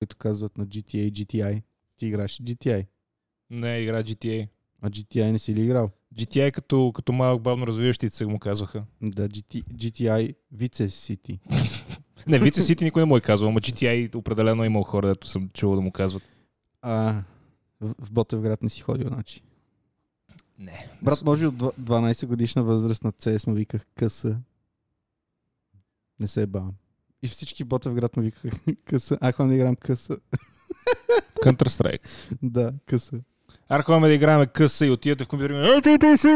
които казват на GTA, GTI. Ти играеш ли GTI. Не, игра GTA. А GTI не си ли играл? GTI като, като малък бавно развиващите се му казваха. Да, GT, GTI Vice City. Не, Вице Сити никой не му е казвал, ама GTA определено е имал хора, дето съм чувал да му казват. А, в в Ботевград не си ходил, значи. Не. Брат, може от дв- 12 годишна възраст на CS му виках къса. Не се е бавам. И всички в Ботевград му викаха къса. А, ходим да играм къса. Counter-Strike. Да, къса. Ар, ходим да играем къса и отивате в компютъра и ми, «Е, ти, ти си,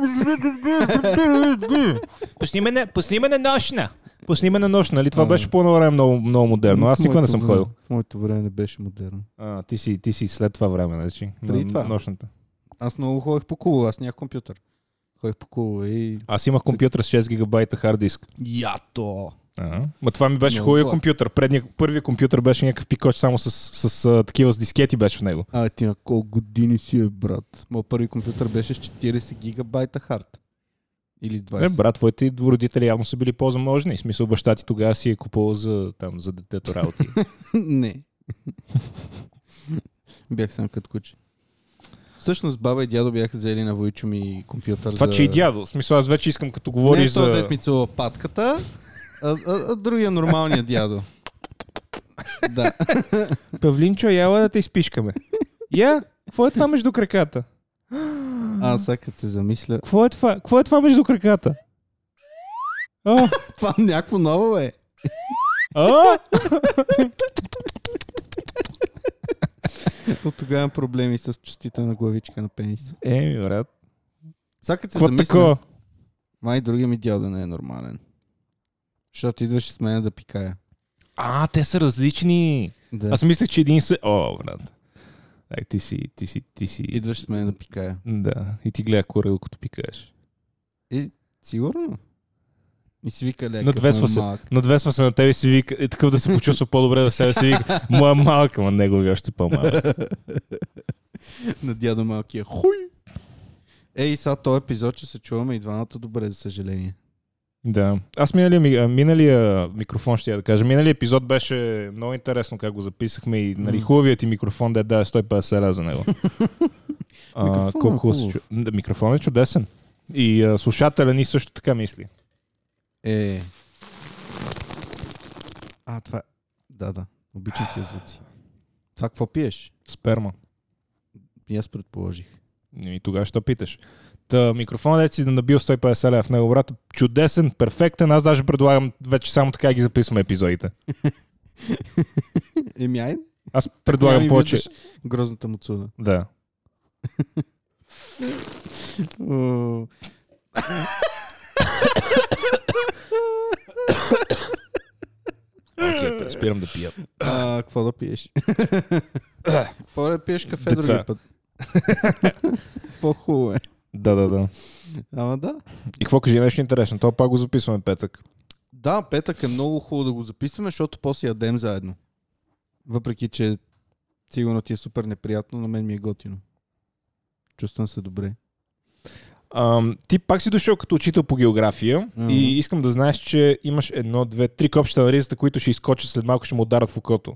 Пусни ме на- Пусни ме на нощна. Пусни ме на нощна. Нали това А. беше по едно време много, много модерно. Аз В никога не моето съм време- ходил. В моето време не беше модерно. А, ти, си, ти си след това време, значи. на Преди това. Нощната. Аз много ходех по клубове, аз нямах компютър. Ходех по клубове и... Аз имах компютър с 6 гигабайта хард диск. Ято! Ага. Ма това ми беше Много хубавия хубаво. компютър. Предния, първия компютър беше някакъв пикоч само с, с, с а, такива с дискети беше в него. А, ти на колко години си е, брат? Моят първи компютър беше с 40 гигабайта хард. Или с 20. Не, Е, брат, твоите родители явно са били по-заможни. В смисъл баща ти тогава си е купувал за, там, за детето работи. Не. бях сам като куче. Всъщност баба и дядо бяха взели на Войчо ми компютър това, за... че и дядо. В смисъл аз вече искам като Не говориш е за... за... дед ми целува патката, а, а, а другия нормалния дядо. да. Павлинчо, яла да те изпишкаме. Я, какво е това между краката? Аз сега като се замисля... Какво е това, какво е това между краката? О, Това някакво ново е. о! От тогава имам проблеми с чувствителна главичка на пениса. Еми, Е, брат. Сега като се Какво замисля... такова? Май другия ми дядо не е нормален. Защото идваше с мен да пикая. А, те са различни. Да. Аз мислех, че един се... О, брат. Так, ти си, ти си, ти си... Идваше с мен да пикая. Да, и ти гледа кора, докато пикаеш. Сигурно? И си вика е лека. Надвесва се. Надвесва се на тебе и си вика, е такъв да се почувства по-добре да себе си вика, моя малък, ама негови е още по-малък. На дядо малкия. Хуй! Ей, сега този епизод, че се чуваме и двамата добре, за съжаление. Да. Аз миналия, ми- а, миналия микрофон, ще я да кажа, миналия епизод беше много интересно как го записахме и нали, М. хубавият ти микрофон да е да 150 ля за него. а, Микрофонът колко е хубаво се хубав. чу... Да, Микрофонът е чудесен. И а, слушателя ни също така мисли. Е. А, това... е- Да, да. Обичам тия звуци. Това какво пиеш? Сперма. И аз предположих. И тогава ще питаш. Та, микрофонът е си набил 150 лева в него, брат. Чудесен, перфектен. Аз даже предлагам вече само така ги записваме епизодите. Еми, айде. Аз Няма и предлагам повече. виждаш Грозната му цуда. Да. О. Окей, пе, спирам да пия. А, какво да пиеш? По-добре да пиеш кафе Деца. други път. По-хубаво е. Да, да, да. Ама да. И какво кажи нещо интересно? То пак го записваме петък. Да, петък е много хубаво да го записваме, защото после ядем заедно. Въпреки, че сигурно ти е супер неприятно, на мен ми е готино. Чувствам се добре. Ам, ти пак си дошъл като учител по география Мгм. и искам да знаеш, че имаш едно, две, три копчета на ризата, които ще изкочат след малко, ще му ударат в окото.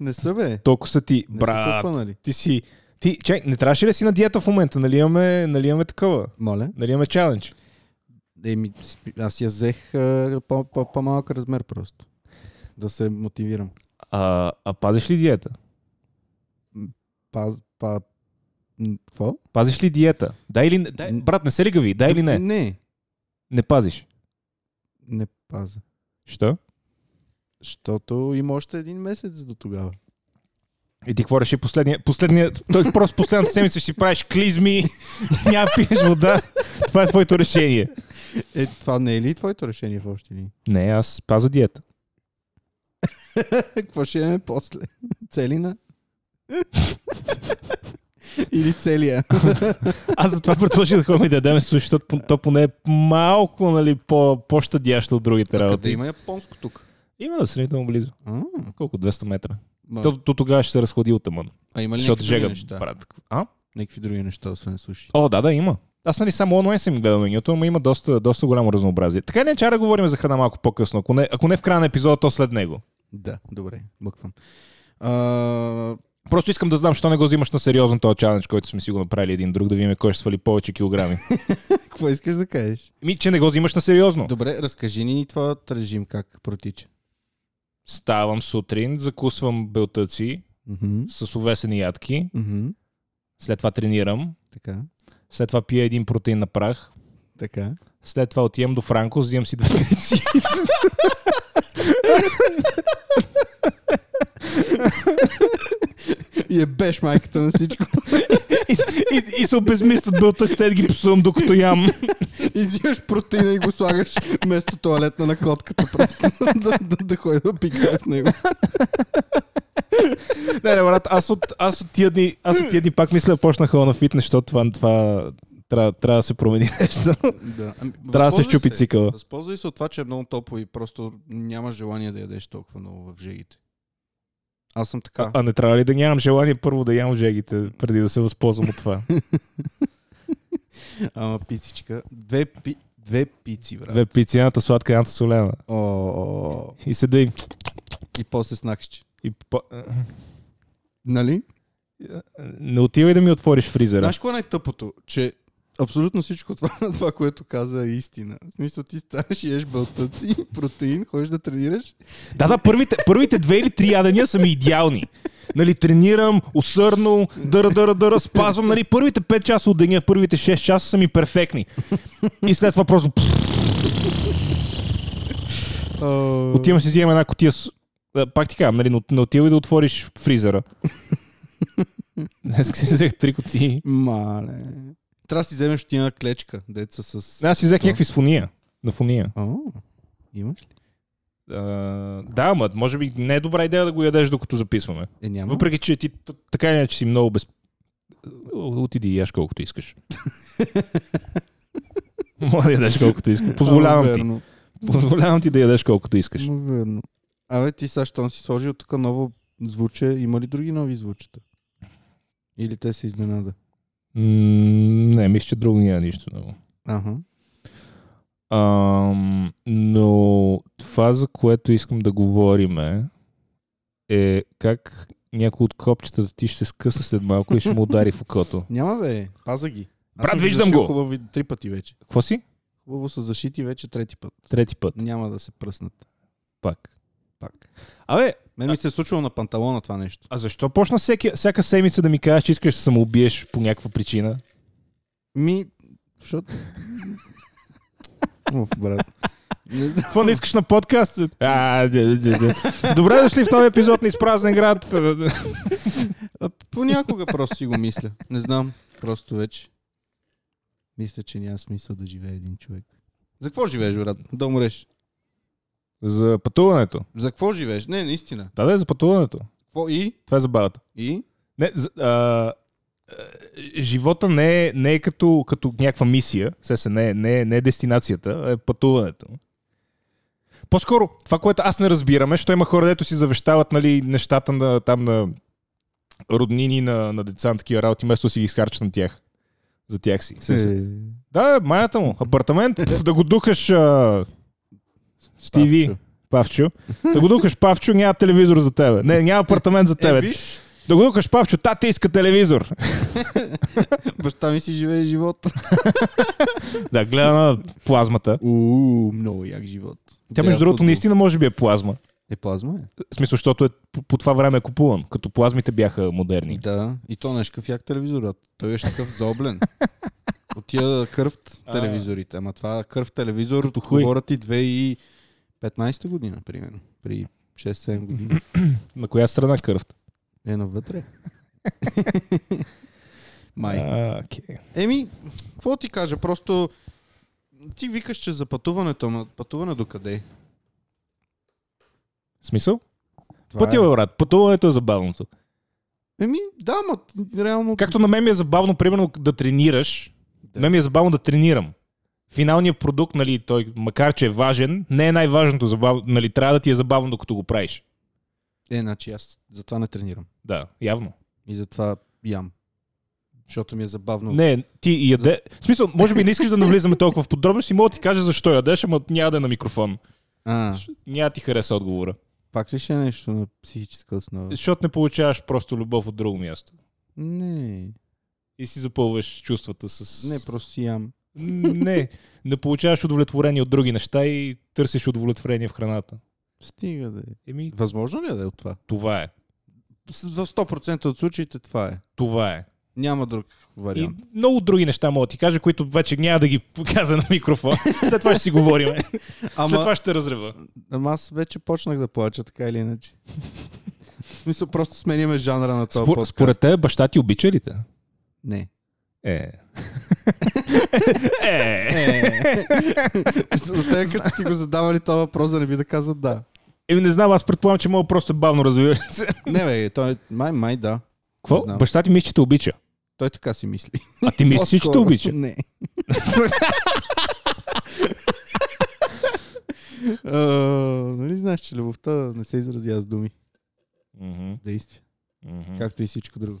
Не са бе. Толкова са ти, Не са се брат. опънали. ти си... Ти, чай, не трябваше ли да си на диета в момента? Нали имаме, нали имаме такова? Моля. Нали имаме чалендж? Еми, спи- аз я взех а, по- по- по-малък размер просто. Да се мотивирам. А, а пазиш ли диета? Паз, па... м, Какво? Пазиш ли диета? Да или не? Дай, брат, не се ли гъви? Да Е или не? Не. Не пазиш. Не паза. Що? Защото има още един месец до тогава. И ти какво реши последния, последния, той просто последната седмица ще си правиш клизми, няма пиеш вода. Това е твоето решение. Е, това не е ли твоето решение в общи линии? Не, аз паза диета. Какво ще имаме после? Целина? Или целия? Аз затова предложих да ходим и да ядем суши, защото пон- то поне е малко нали, по, по-щадящо от другите Къде работи. има японско тук? Има да сравнително близо. А, Колко? 200 метра. ма. То, то тогава ще се разходи от тъмън. а има ли Защото някакви жега други неща? правят. А? Някакви други неща, освен суши. О, да, да, има. Аз нали само онлайн съм гледал менюто, но има доста, доста голямо разнообразие. Така не, че да говорим за храна малко по-късно. Ако не, ако не в края на епизода, то след него. Да, добре, мъквам. А, Просто искам да знам, защо не го взимаш на сериозно този чалендж, който сме си го направили един друг, да видим кой ще свали повече килограми. какво искаш да кажеш? Ми, че не го взимаш на сериозно. Добре, разкажи ни това режим как протича. Ставам сутрин, закусвам белтъци Мгм, с увесени ядки, мгм, след това тренирам, Така, след това пия един протеин на прах, така. след това отивам до Франко, взимам си две пици. И е беш майката на всичко. и, и, и се обезмислят белтъците, да ги посувам докато ям. Изиваш протеина и го слагаш вместо туалетна на котката, просто да, да, да ходи да пикаеш него. Не, не, брат, аз от, аз от тия дни, аз от тия дни пак мисля да почна хора на фитнес, защото това, това трябва, трябва да се промени нещо. Да. Ами, трябва да се възползвай щупи цикъла. Възползвай се от това, че е много топло и просто нямаш желание да ядеш толкова много в жегите. Аз съм така. А не трябва ли да нямам желание първо да ям жегите, преди да се възползвам от това? Ама пицичка. Две, пи... Две пици, брат. Две пици, едната сладка, едната солена. О, И седа и... и после снаксче. и по... Нали? Не отивай да ми отвориш фризера. Знаеш кое е най-тъпото? Че абсолютно всичко това, това, което каза е истина. В смисъл, ти ставаш и еш бълтъци, протеин, ходиш да тренираш Да, да, първите, първите две или три ядения са ми идеални. Нали, тренирам усърдно, дъра, дъра, дъра, спазвам. Нали, първите 5 часа от деня, първите 6 часа са ми перфектни. И след това просто Отивам си взимам една котия с... А, Пак ти казвам, нали, но- не отивай да отвориш фризера. Днес си взех три котии. Мале. Трябва да си вземеш ти една клечка, деца с... Аз си взех някакви с фуния. На фуния. О, имаш ли? А, да, ма, може би не е добра идея да го ядеш докато записваме. Е, няма. Въпреки, че ти т- така или иначе си много без... Отиди и яш колкото искаш. Може да ядеш колкото искаш. Позволявам ти. Верно, Позволявам ти да ядеш колкото искаш. но верно. Абе, ти сега, щом си сложил тук ново звуче, има ли други нови звучета? Или те са изненада? М, не, мисля, че друго няма нищо много. Ага. Ам, но това, за което искам да говорим е, е как някой от копчетата ти ще се скъса след малко и ще му удари в окото. Няма бе, паза ги. Аз Брат, съм ги виждам зашил го. Хубави, три пъти вече. Какво си? Хубаво са зашити вече трети път. Трети път. Няма да се пръснат. Пак. Пак. Абе, Мен ми се е случило на панталона това нещо. а защо почна всеки, всяка седмица да ми кажеш, че искаш да се самоубиеш по някаква причина? Ми, защото... Уф, брат. Не знам. Какво не искаш на подкаст? А, д- д- д- Добре дошли в нови епизод на Изпразнен град. А, понякога просто си го мисля. Не знам. Просто вече. Мисля, че няма смисъл да живее един човек. За какво живееш, брат? Да умреш. За пътуването. За какво живееш? Не, наистина. Да, да, е за пътуването. Какво и? Това е забавата. И? Не, за- а, а, живота не е, не е като, като някаква мисия, се се, не, е- не, е- не е дестинацията, а е пътуването. По-скоро, това, което аз не разбирам е, що има хора, дето си завещават нали, нещата на, там на роднини на, на деца, на такива работи, вместо да си ги изхарчат на тях. За тях си. Се, се. Е, Да, маята му. Апартамент, пф, да го духаш а... Стиви, Павчо. Павчо. Да го духаш Павчо, няма телевизор за тебе. Не, няма апартамент за Е, тебе. виж, Да го докаш, Павчо, тате иска телевизор. баща ми си живее живот. да, гледа на плазмата. Уу, много як живот. Тя, Гледа между другото, футбол. наистина може би е плазма. Е, плазма е. В смисъл, защото е, по, по това време е купуван, като плазмите бяха модерни. Да. И то не е шкаф як телевизор, брат. Той е шкаф заоблен. Отида кръв в телевизорите. Ама това кръв телевизор, Като хуй. говорят и 2015 година, примерно. При 6-7 години. На коя страна кръвта? Е, навътре. Май. А, окей. Еми, какво ти кажа? Просто ти викаш, че за пътуването, ама пътуване до къде? В Смисъл? Това Пътя, бе, брат. Пътуването е забавното. е. Еми, да, ма, реално... Както на мен ми е забавно, примерно, да тренираш. Да. Да. На мен ми е забавно да тренирам. Финалният продукт, нали, той, макар че е важен, не е най-важното. Забав... Нали, трябва да ти е забавно, докато го правиш. Е, значи аз затова не тренирам. Да, явно. И затова ям. Защото ми е забавно. Не, ти яде. В смисъл, може би не искаш да навлизаме толкова в подробности, мога да ти кажа защо ядеш, ама няма да е на микрофон. А, Няма да ти хареса отговора. Пак ли ще е нещо на психическа основа? Защото не получаваш просто любов от друго място. Не, И си запълваш чувствата с... не, просто си ям. не, не получаваш удовлетворение от други неща и търсиш удовлетворение в храната. Стига да е. Еми, Възможно ли е да е от това? това е. С- В 100% от случаите това е. Това е. Няма друг И вариант. много други неща мога да ти кажа, които вече няма да ги показа на микрофон. След това ще си говорим. Ама... След Ама, това ще разрева. ама аз вече почнах да плача, така или иначе. Мисля, просто смениме жанра на този е подкаст. те, баща ти обича ли те? Не. Е. е. Защото те, като ти го задавали този въпрос, да не би да казат да. Еми, Е, не знам, аз предполагам, че мога просто бавно развива. Не, бе, той е- май, май да. Не знам. Баща ти мисли, че те обича. Той така си мисли. А ти мислиш, че те По-скоро. обича. Не. А, нали знаеш, че любовта не се изразя с думи, Мгм, действия, мгм. както и всичко друго.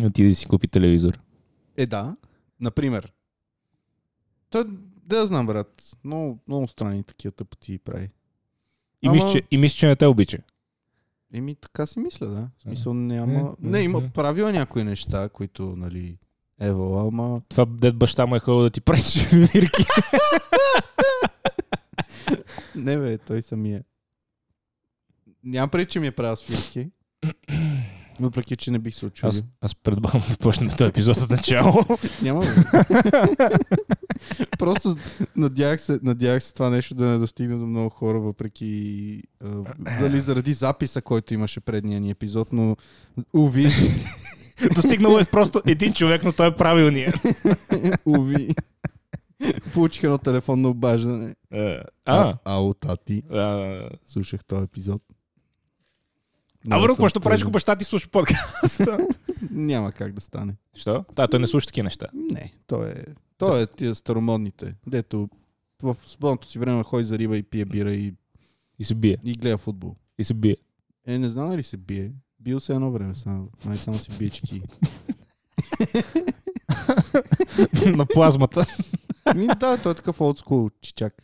Отиде да си купи телевизор. Е, да. Например. Той, да я знам, брат. Много, много странни такива тъпоти прави. И Ама- мисля, че, и мисля, че не те обича. Еми, така си мисля, да. В смисъл няма... Е, Не, е, има е. правила някои неща, които, нали... Ево, ама... Това дед баща му е ходил да ти прави сувенирки. Не, бе, той самия. Нямам преди, че ми е правил свирки. Въпреки, че не бих се очудил. Аз, аз предполагам да почнем този епизод от начало. Няма. бе. Просто надявах се, надявах се това нещо да не достигне до много хора, въпреки а, дали заради записа, който имаше предния ни епизод, но уви, Достигнало е просто един човек, но той е правилният. уви. Получих едно телефонно обаждане. Е, А, А, а, ало, тати. а, Слушах този епизод. а Много върху, съм какво ще правиш, ако труден. баща ти слуша подкаста? Няма как да стане. Що? Та, той не слуша такива неща. Не, той е, той е тия старомодните, дето в свободното си време ходи за риба и пие бира и, И се бие. и гледа футбол. И се бие. Е, не знам дали се бие. Бил се едно време, само, май само си бички. На плазмата. Ми, да, той е такъв олдскул чичак.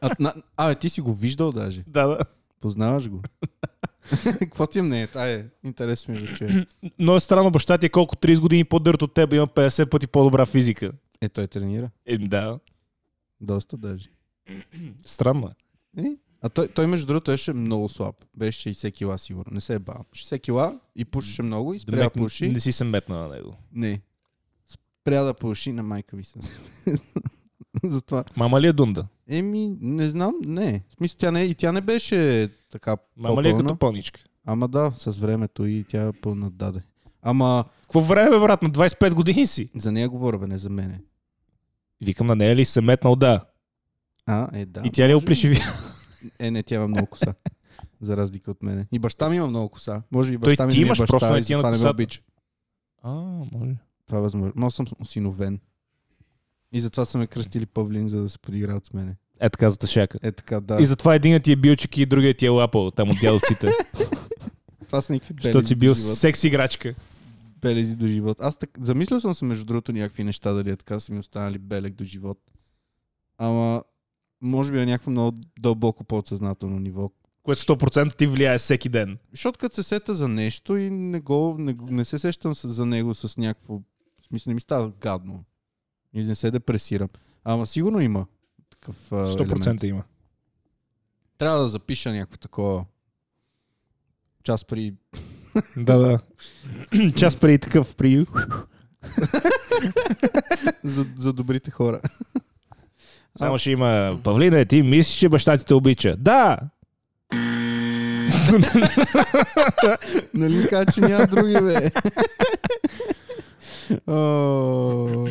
А, на, а, ти си го виждал даже. да, да. Познаваш го. Какво ти е мнението? Ай, интересно ми е да чуя. Но е странно, баща ти е колко 30 години по-дърт от теб, има 50 пъти по-добра физика. Е, той тренира. Еми да. Доста даже. Странно е. Е, А той, той, между другото, беше много слаб. Беше 60 кила, сигурно. Не се е бавам. 60 кила и пушеше много и спря да Демек, пуши. не си се метна на него. Не. Спря да пуши на майка ми съм. Затова. Мама ли е Дунда? Еми, не знам, не. В смисъл, тя не, и тя не беше така Мама ли е по-пълна. като пълничка? Ама да, с времето и тя е пълна даде. Ама Какво време, бе, брат, на 25 години си? за нея говоря, бе, не за мене. Викам на нея ли се метнал, да. А, е, да. и тя ли е може би. оплешиви? Е, не, тя има много коса. за разлика от мене. И баща ми има много коса. Може би Той баща ми ти ми е имаш, баща, просто не и ти е на затова не ме косата. обича. А, може. Това е възможно. Но съм осиновен. И затова са ме кръстили Павлин, за да се подиграват с мене. Е така за тъшака. Е така, да. И затова един ти е бил чеки и другият ти е лапал там от дядовците. Това са някакви белези защото си до бил живота. секс играчка. белези до живот. Аз так... замислял съм се между другото някакви неща, дали е така са ми останали белег до живот. Ама, може би е някакво много дълбоко подсъзнателно ниво. Което 100% ти влияе всеки ден. Защото като се сета за нещо и не, го, не, го- не се сещам с, за него с някакво... В смисъл, не ми става гадно. И не се депресирам. Ама сигурно има такъв а, е елемент. 100% има. Трябва да запиша някакво такова час при... Да, да. Час преди такъв при... за, за добрите хора. Само ще има... Павлина, ти мислиш, че баща ти те обича? Да! Нали ми кажа, че няма други, бе? О,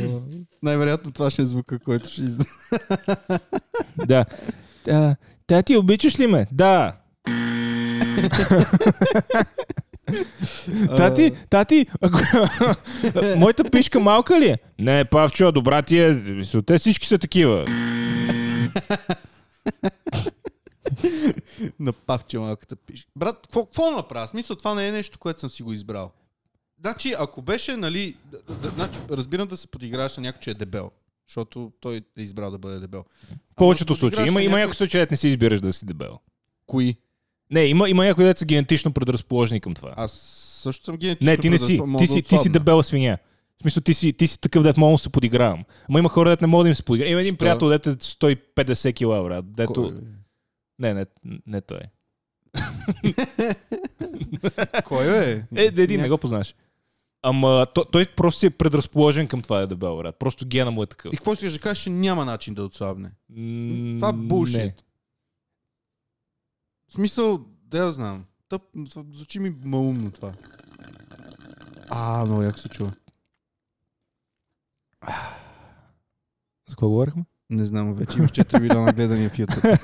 Най-вероятно това ще е звука, който ще изда. Да. Да. Та ти обичаш ли ме? Да. Тати, тати, ако... моята пишка малка ли е? Не, Павчо, добра ти е. Мисля, Те всички са такива. Напавче малката пише. Брат, какво- какво направя? В Смисъл, това не е нещо, което съм си го избрал. Значи, ако беше, нали, д- д- д- значи, разбирам да се подиграваш на някой, че е дебел. Защото той е избрал да бъде дебел. Ама да се повечето подиграваш случаи. Има, на има някой- някои случаи, където не си избираш да си дебел. кои. Не, има, има някои деца генетично предразположени към това. Аз също съм генетично Не, ти не си. предразположен, мога Ти да си, ти си отслабна. дебела свиня. В смисъл, ти си, ти си такъв дет, мога да се подигравам. Ама има хора, дет не мога да им се подигравам. Има един Що? приятел, дет е 150 кила, брат. Дето... Кой, Не, не, не той. кой е? Е, един, Ня- не го познаваш. Ама той, той просто си е предразположен към това да е дебел, брат. Просто гена му е такъв. И какво искаш да кажеш, че няма начин да отслабне? М, Това е не. булшит. В смисъл, да я знам. Тъп, звучи ми малумно това. А, много яко се чува. За кого говорихме? Не знам, вече имаш 4 милиона гледания в YouTube.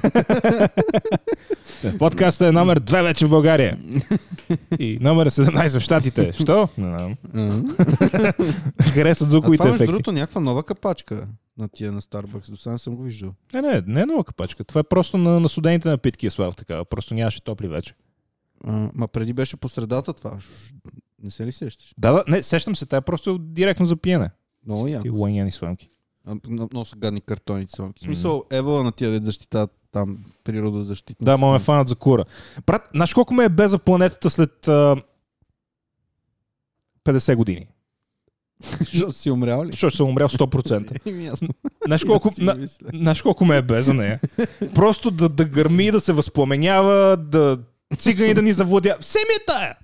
Подкастът е номер 2 вече в България. И номер 17 в Штатите. Що? Не знам. А, Харесват това звуковите между ефекти. другото някаква нова капачка на тия на Starbucks. До сега не съм го виждал. Не, не, не е нова капачка. Това е просто на, на студените напитки е слава такава. Просто нямаше топли вече. А, ма преди беше по средата това. Ш- Не се ли сещаш? Да, да, не, сещам се. Тя е просто директно за пиене. Много яко. Ти лайняни сламки. А, м- Много са гадни картони сламки. В смисъл, евала на тия дет защита там природозащитници. Да, ма ме фанат за кура. Брат, знаеш колко ме е без за планетата след а, 50 години? Защото си умрял ли? Защото съм умрял 100%. Еми, ясно. Знаеш колко, Си на, мисля. знаеш колко ме е без за нея? Просто да, да гърми, да се възпламенява, да цигани да ни завладя. Все ми е тая!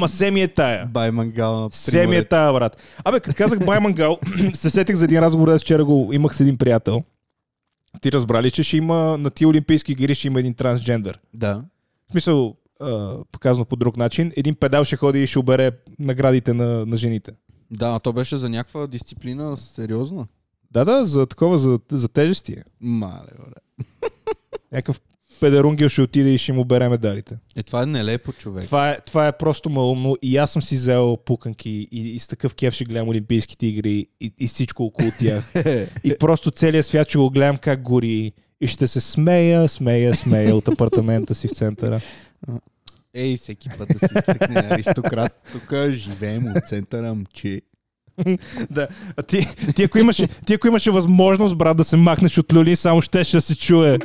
При се ми е тая. Бай мангал на Се ми е тая, брат. Абе, като казах Бай Мангал, се сетих за един разговор, аз вчера го имах с един приятел. Ти разбрали, че ще има на тия олимпийски игри ще има един трансджендър. Да. В смисъл, а, показано по друг начин, един педал ще ходи и ще обере наградите на, на жените. Да, а то беше за някаква дисциплина сериозна. Да, да, за такова, за, за тежести. е. Мале, бре. Някакъв педерунгил ще отиде и ще му бере медалите. Е, това е нелепо, човек. Това е, това е просто малумно и аз съм си взел пуканки и, и с такъв кеф ще гледам Олимпийските игри и, и всичко около тях. И просто целият свят ще го гледам как гори и ще се смея, смея, смея от апартамента си в центъра. Ей, всеки път да се изтъкне аристократ. Тук живеем от центъра, момче. Да. А ти, ти, ако имаше, ти ако имаше възможност, брат, да се махнеш от люлин, само щеше да се чуе.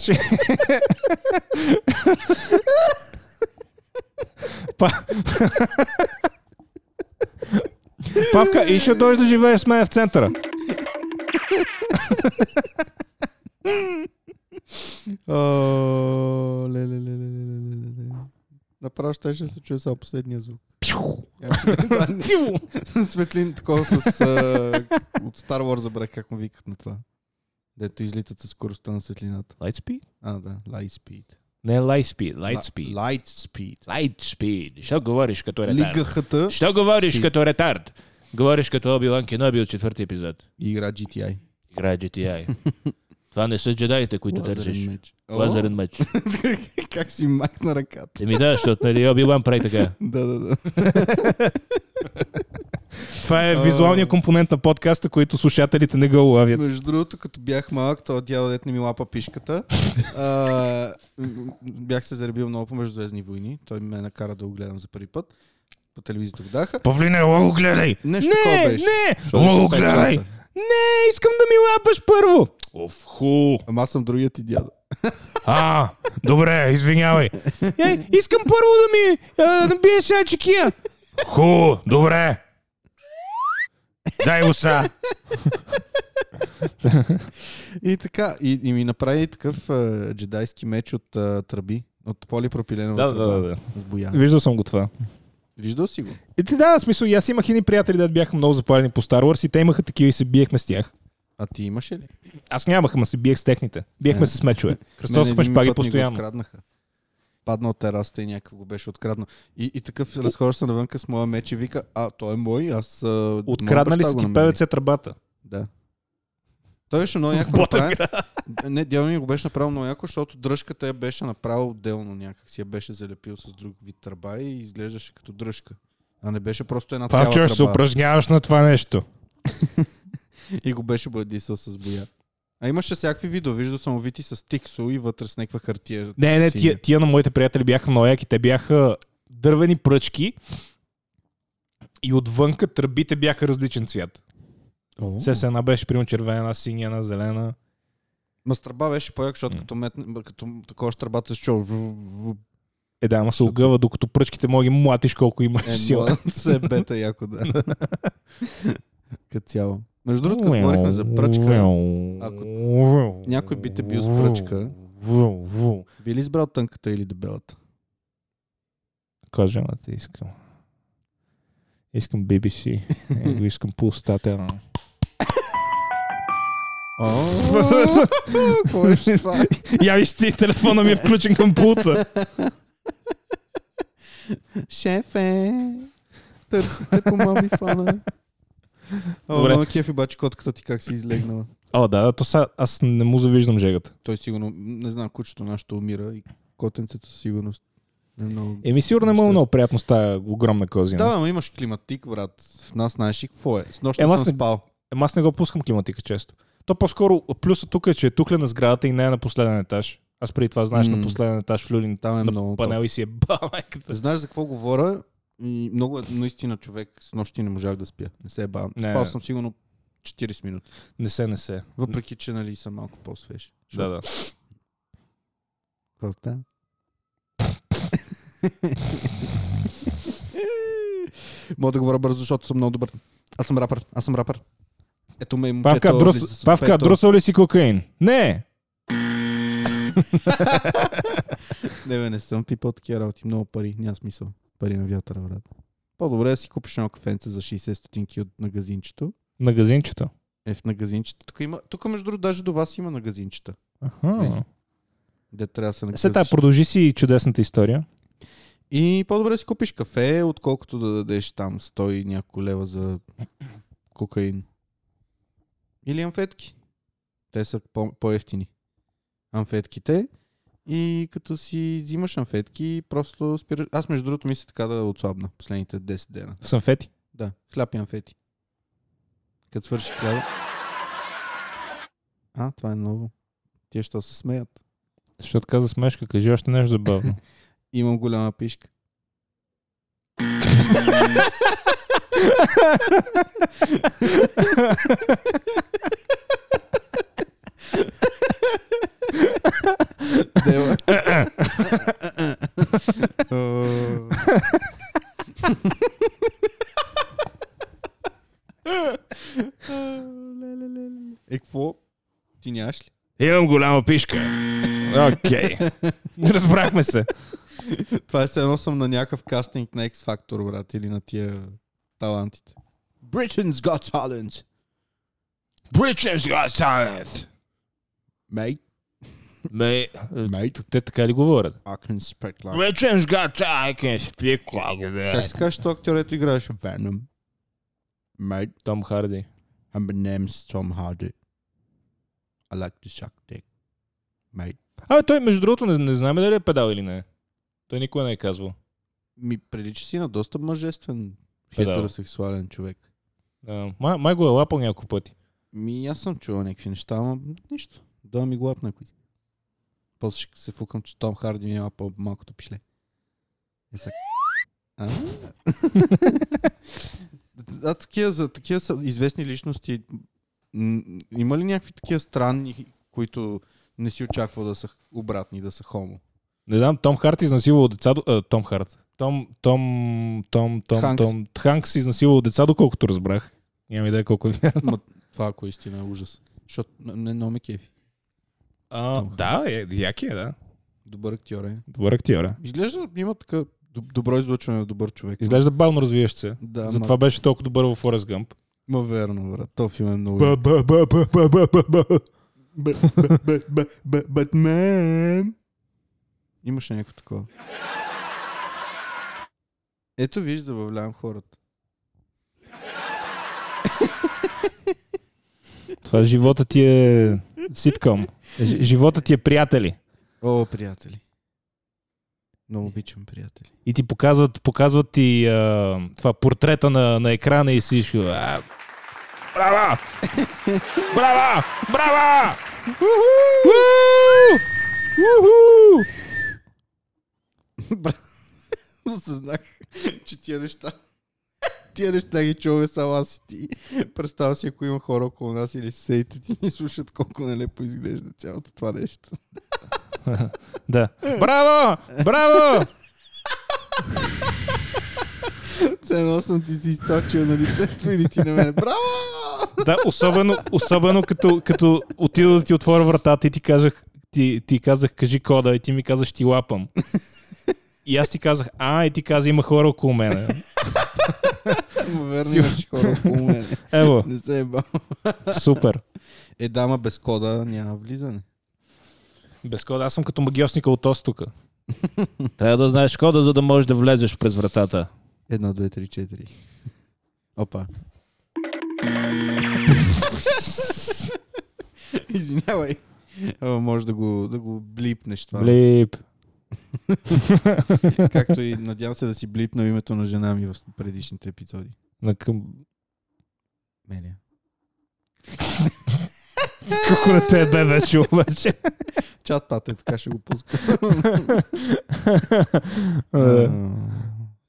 Ще- Па- Павка, и ще дойдеш да живееш с мен в центъра. О, ле, ле, ле, ле, ле, ле, ле, ле. Направо ще ще се чуе само последния звук. Ами, Да, не. Пиу! Светлин, такова с... а, От Star Wars забрах как му викат на това. Дето излитат със скоростта на светлината. Lightspeed? А, да. Light speed. Не, Lightspeed, Li- Light speed. Lightspeed. Що говориш като е Лига хата Що говориш Спи. като ретард? Говориш като Оби-Ван Кеноби от четвърти епизод. и игра GTI. Играе GTA. Това не са джедаите, които търсиш. меч. О, Лазарен меч. Как си махна ръката. Еми да, защото нали, Оби-Ван прави така. Да, да, да. Това е А. визуалният компонент на подкаста, който слушателите не го лавят. Между другото, като бях малък, то дядо дет не ми лапа пишката. а, м- бях се заребил много по Междузвездни войни. Той ме накара да го гледам за първи път. По телевизията го даха. Павлине, лого гледай! Нещо Не, такова беше. не! Защото Лого беше пет гледай! часа. Не, искам да ми лапаш първо! Оф, ху! Ама аз съм другият ти дядо. А, добре, извинявай. Е, искам първо да ми е, набиеш една чекия. Ху, добре. Дай уса. И така, и, и ми направи такъв а, джедайски меч от а, тръби. От полипропиленова Да, тръба. да, да, да. С боя. Виждал съм го това. Виждал си го? И ти да, в смисъл, и аз имах едни приятели, да бяха много запалени по Star Wars и те имаха такива и се биехме с тях. А ти имаш ли? Аз нямах, ама се биех с техните. Биехме Е. се с мечове. Мене Кръстосахме един шпаги път ми го постоянно. Откраднаха. Падна от терасата и някакъв го беше откраднал. И, и такъв разхожда се навънка с моя меч и вика, а той е мой, аз... а, моят Откраднали баща си го ти намери». ПВЦ тръбата. Да. Той беше много яко направен. Не, дядо ми го беше направил много яко, защото дръжката я беше направил отделно някак. Си я беше залепил с друг вид тръба и изглеждаше като дръжка. А не беше просто една цяла Павчо, тръба. ще се упражняваш на това нещо. И го беше бъдисал с боя. А имаше всякакви видове. Виждал съм увити с тиксо и вътре с някаква хартия. Не, не, синя. тия, тия на моите приятели бяха много яки. Те бяха дървени пръчки и отвънка тръбите бяха различен цвят. О. Се с една беше примерно червена, една синя, една зелена. Ма с тръба беше по-як, защото М. като, метне, като такова щърбата се чува. Ву- ву- Е, да, ама се огъва, докато пръчките мога ги млатиш колко имаш Е, сила. млад се бета яко, да. Като цяло. Между другото, като говорихме за пръчка, ако някой би те бил с пръчка- би ли избрал тънката или дебелата? Кожената искам. Искам BBC. Его Е, искам пустата. О, какво беше това? Я виж ти, телефона ми е включен към пулта. Шефе, търсите по мами фана. О, Добре. много кефи обаче котката ти как си излегнала. О, да, то са, аз не му завиждам жегата. Той сигурно, не знам, кучето нашето умира и котенцето със сигурност. Е много... Еми, сигурно има Вижте. много приятно с тази огромна козина. Да, ама имаш климатик, брат. В нас знаеш ли какво е. С нощ не Ема аз съм не- спал. Ема аз не го пускам климатика често. То по-скоро плюсът тук е, че е тухле на сградата и не е на последен етаж. Аз преди това, знаеш, на М. последен етаж в Люлин Там е на много панел и си е ба, майката. Знаеш за какво говоря? И много е- наистина човек с нощи не можах да спя. Не се е бавам. Не. Спал съм сигурно 40 минути. Не се, не се. Въпреки, че нали съм малко по-свеж. Да, да. Какво става? Мога да говоря бързо, защото съм много добър. Аз съм рапър. Аз съм рапър. Ето ме и Павка, момчето. влиза друс, с Павка пето. друсал ли си кокаин? Не! Не, бе, не съм пипал такива работи. Много пари. Няма смисъл. Пари на вятъра, брат. По-добре е да си купиш едно кафенце за 60 стотинки от магазинчето. На газинчето. Е, в магазинчета. Тук, има, тук между другото, даже до вас има магазинчета. Аха. Виж. Де трябва да се Се тая, нагъзиш. продължи си чудесната история. И по-добре да си купиш кафе, отколкото да дадеш там 100 и няколко лева за кокаин. Или амфетки. Те са по- по-ефтини. Амфетките. И като си взимаш амфетки, просто спираш. Аз между другото мисля така да отслабна последните 10 дена. Съм фети. Да, хляб и амфети. Като свърши хляба. А, това е ново. Те що се смеят. Защото каза смешка, кажи още нещо забавно. Имам голяма пишка. Дева. Е, какво? Ти нямаш ли? Имам голяма пишка. Окей. Разбрахме се. Това е все едно съм на някакъв кастинг на X Factor, брат, или на тия талантите. Britain's Got Talent, Britain's got talent. mate. Mate. Те така ли говорят? I can speak like... Britain's got talent. I can speak like Как се казваш този актьор, ето играеше? Venom. Mate, Том Харди. and my name's Tom Hardy. I like to suck dick. Mate. Абе, той между другото не, не знаем дали е педал или не. Той никога не е казвал. Ми прилича си на доста мъжествен Педал. хетеросексуален човек. А, май, май го е лапал няколко пъти. Ми аз съм чувал някакви неща, ама нищо. Да ми глад на кой. После ще се фукам, че Том Харди ми има по-малкото пишле. Е са... А? а такива, за, такива са известни личности. М, Има ли някакви такива странни, които не си очаква да са обратни, да са хомо? Не знам, Том Харт изнасилвал деца... до- А, Том Харт. Том, Том, Том, Том, Ханкс. Том. Ханкс изнасилвал деца, доколкото разбрах. Нямам идея колко е вярно. Ма, това ако е истина е ужас. Защото м- не, не ме кефи. А, Том да, е, яки е, да. Добър актьор е. Добър актьор е. Изглежда има така доб- добро излъчване на добър човек. Изглежда бавно развиващ се. Да, Затова Затова... беше толкова добър в Форест Гъмп. Ма, ма верно, брат. То филм е много... Ба, ба, ба, ба, ба, ба, ба, ба. Батмен. Имаше някакво такова. Ето виж, забавлявам хората. Това живота ти е ситком. Ж- Живота ти е приятели. О, приятели. Много обичам приятели. И ти показват, показват ти а, това портрета на, на екрана и си а, Браво! Браво! Браво! Уху! Уху! Осъзнах, че тия неща Тия неща ги чуваме само аз и ти. Представя си, ако има хора около нас или сейте ти ни слушат колко нелепо изглежда цялото това нещо. Да. Браво! Браво! Цено съм ти си източил на лицето или ти на мен. Браво! Да, особено, особено като, като отида да ти отворя вратата и ти казах, ти, ти казах, кажи кода и ти ми казаш, ти лапам. И аз ти казах, а, и ти каза, има хора около мене. Верно имаш хора около мен. Ево, Не се е бал. супер. Е, дама без кода няма влизане. Без кода, аз съм като магиосника от Остока. Трябва да знаеш кода, за да можеш да влезеш през вратата. Едно, две, три, четири. Опа. Извинявай. А, може да го, да го блипнеш това. Блип. Както и надявам се да си блипна името на жена ми в предишните епизоди. На към... Мелия. Колко не те е бе вече обаче. Чат пат е, така ще го пускам.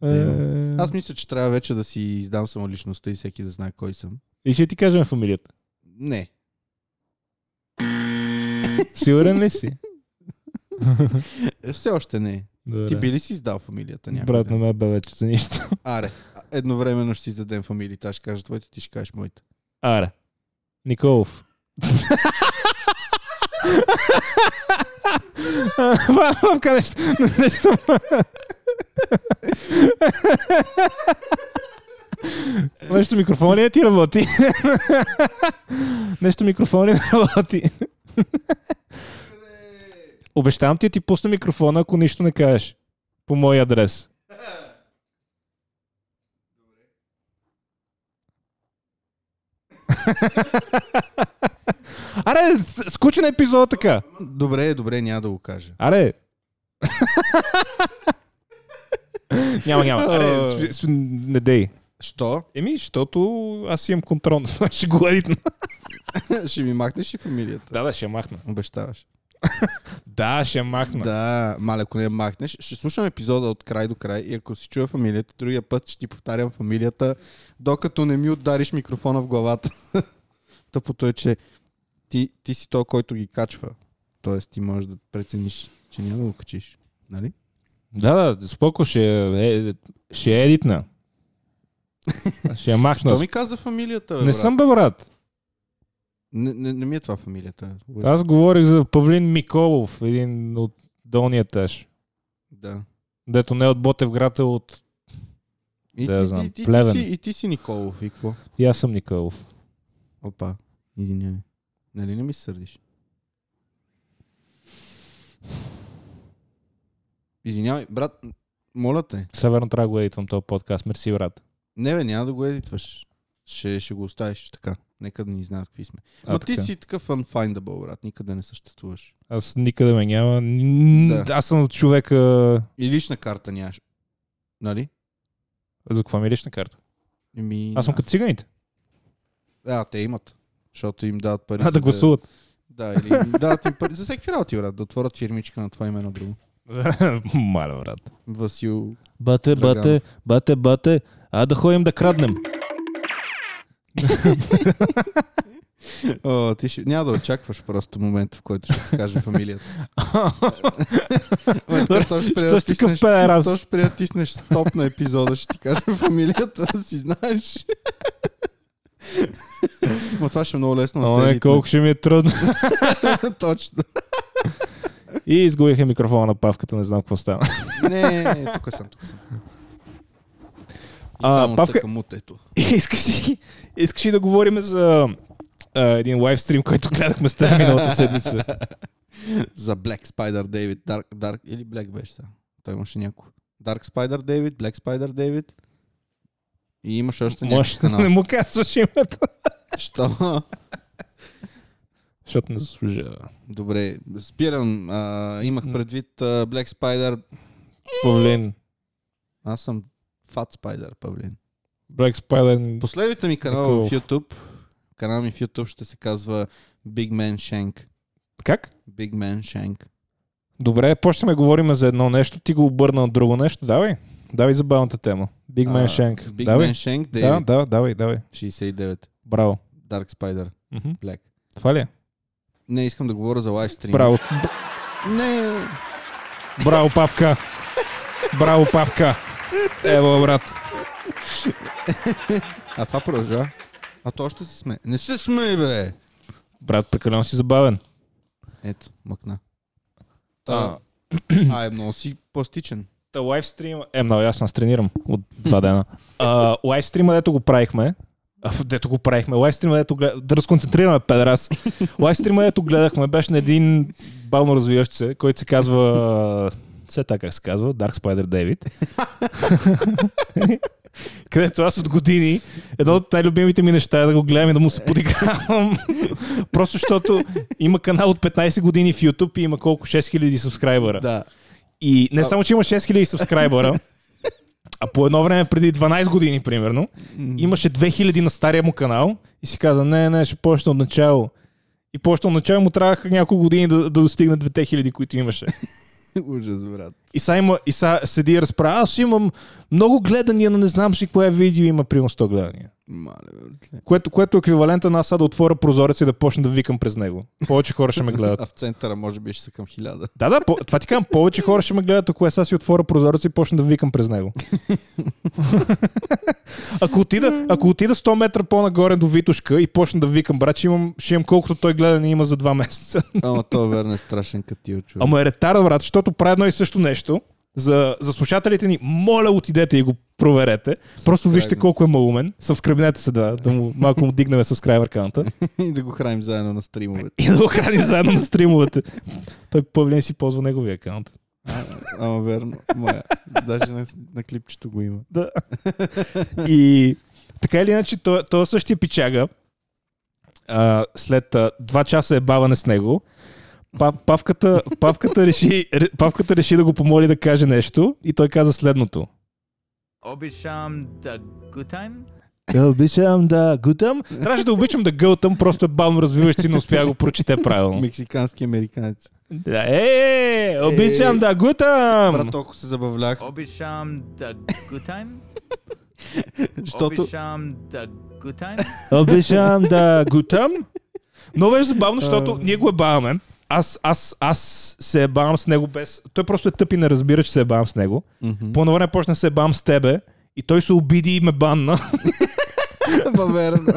Е, Аз мисля, че трябва вече да си издам само личността и всеки да знае кой съм. И ще ти кажем фамилията. Не. Сигурен ли си? Е, Все още не. Добре. Ти би ли си издал фамилията някой Брат, ден? на мен бе вече за нищо. Аре, а- едновременно ще си издадем фамилията. Аз ще кажа твоите, ти ще кажеш моите. Аре. Николов. Бабка нещо. нещо. Нещо микрофон ли не ти работи? Нещо микрофон ли не работи? Обещавам ти, ти пусна микрофона, ако нищо не кажеш. По мой адрес. Аре, с- скучен епизод така. Добре, добре, няма да го кажа. Аре! няма, няма. Аре, сп- сп- не дей. Що? Еми, защото аз имам контрол на нашия гладитна. ще ми махнеш и фамилията. Да, да, ще я махна. Обещаваш. Да, ще я махна. Да, маля, ако не я махнеш, ще слушам епизода от край до край и ако си чуя фамилията, другия път ще ти повтарям фамилията, докато не ми удариш микрофона в главата. Тъпото е, че ти, ти си то, който ги качва. Тоест ти можеш да прецениш, че няма да го качиш. Нали? Да, да, споко ще, е, ще е едитна. Ще я махна. Що ми каза фамилията? Бе, Не брат? съм бе, брат. Не, не, не ми е това фамилията. Лъжа. Аз говорих за Павлин Миколов, един от долния етаж. Да. Дето не е от Ботевград, а от... И, Да, ти, знам. ти, ти, ти, Плевен. си, и ти си Николов. И какво? И аз съм Николов. Опа. Извинявай. Нали не ми се сърдиш? Извинявай, брат, м- моля те. Северно трябва да го едитвам този подкаст. Мерси, брат. Не бе, няма да го едитваш. Ще, ще го оставиш така. Нека да ни знаят какви сме. А, А, Ма ти така. си такъв unfindable, брат. Никъде не съществуваш. Аз никъде ме няма. Н- Да. Аз съм от човека... И лична карта нямаш. Нали? За каква ми е лична карта? Еми, Аз съм като циганите. А, те имат. Защото им дават пари. А, за да гласуват. Да, или им дават им пари. За всеки работи, брат. Да отворят фирмичка на това име на друго. Маля, брат. Васил. Бате, Драганов. бате, бате, бате. А да ходим да краднем. О, ти ще... Няма да очакваш просто момента, в който ще ти кажа фамилията. Ма, така, то ще Що си такъв преатиснеш... То педерас? ще преатиснеш стоп на епизода, ще ти кажа фамилията, да си знаеш. Ма това ще е много лесно. да О, се не, едитне. колко ще ми е трудно. Точно. И изгубиха микрофона на павката, не знам какво стана. Не, тук съм, тук съм. И А, само папка- цъка мутето. искаш, ли, искаш ли да говорим за а, един лайвстрим, който гледахме с теб миналата седмица? За Black Spider David, Dark, Dark или Black беше сега. Той имаше някой. Dark Spider David, Black Spider David. И имаше още Може, някакъв не канал. му казваш името. Що? Защото не заслужава. Добре, спирам. А, имах М. предвид а, Black Spider. Павлин. Аз съм Fat Spider, Павлин. Black Spider. Последните ми канал в Николов. YouTube, канал ми в YouTube ще се казва Big Man Shank. Как? Big Man Shank. Добре, почнем да говорим за едно нещо, ти го обърна на друго нещо. Давай, давай забавната тема. Big Man А, Shank. Big Man давай. Shank, Да, David, да, давай, давай. 69. Браво. Dark Spider, Мгм. Black. Това ли е? Не искам да говоря за лайвстрим. Браво. Б- Не. Браво, Павка. Браво, Павка. Ево, брат. А това продължава. А то още се сме. Не се смей, бе! Брат, прекалено си забавен. Ето, мъкна. Та. Та. А е много си пластичен. Та лайвстрима... Е, много ясно, аз тренирам от два дена. А, лайвстрима, дето го правихме, а, дето го правихме, лайвстрима, дето гледахме, да разконцентрираме, педерас. Лайвстрима, дето гледахме, беше на един бавно развиващ се, който се казва... Все така как се казва, Dark Spider David. Където аз от години, едно от най-любимите ми неща е да го гледам и да му се подигравам. Просто защото има канал от 15 години в YouTube и има колко 6000 субскрайбера. Да. И не само, че има 6000 субскрайбера, а по едно време, преди 12 години примерно, имаше 2000 на стария му канал и си каза, не, не, ще почна от начало. И почна от начало и му трябваха няколко години да, да достигна 2000, които имаше. Ужас, брат. И са, има, и са седи и разправя, аз имам много гледания, но не знам си кое видео има примерно 100 гледания. Мале, бе. Което, което е еквивалента на аз сега да отворя прозореца и да почна да викам през него. Повече хора ще ме гледат. А в центъра може би ще са към хиляда. Да, да, по- това ти казвам. Повече хора ще ме гледат, ако е сега си отворя прозореца и почна да викам през него. ако, отида, ако отида 100 метра по-нагоре до Витушка и почна да викам, брат, ще имам, ще имам колкото той гледа не има за два месеца. Ама то верно е страшен катил, човек. Ама е ретарда, брат, защото прави едно и също нещо. За, за слушателите ни, моля, отидете и го проверете. Просто вижте колко е малумен. Съвскръбнете се, да, да му, малко му дигнем субскрайбър канта. И да го храним заедно на стримовете. И да го храним заедно на стримовете. Той павлин си ползва неговия аккаунт. Ама верно. Мая. Даже на, на клипчето го има. Да. И така или иначе, той, той същия пичага, а, след а, два часа е баване с него, па, павката, павката, реши, ре- павката реши да го помоли да каже нещо и той каза следното. Обичам да гутайм. Обичам да гутам. Трябваше да обичам да гълтам, просто е бавно развиващ и не успя да го прочете правилно. Мексикански американец. Да, е, обичам да Брат, гутам. толкова се забавлях, Обичам да гутайм. защото... Обичам да гутайм. Обичам да гутам. Но беше забавно, защото ние го ебаваме. Аз, аз, аз се ебавам с него без... Той просто е тъп и не разбира, че се ебавам с него. Мгм. По едно време почна да се ебавам с тебе и той се обиди и ме банна. Ма верно.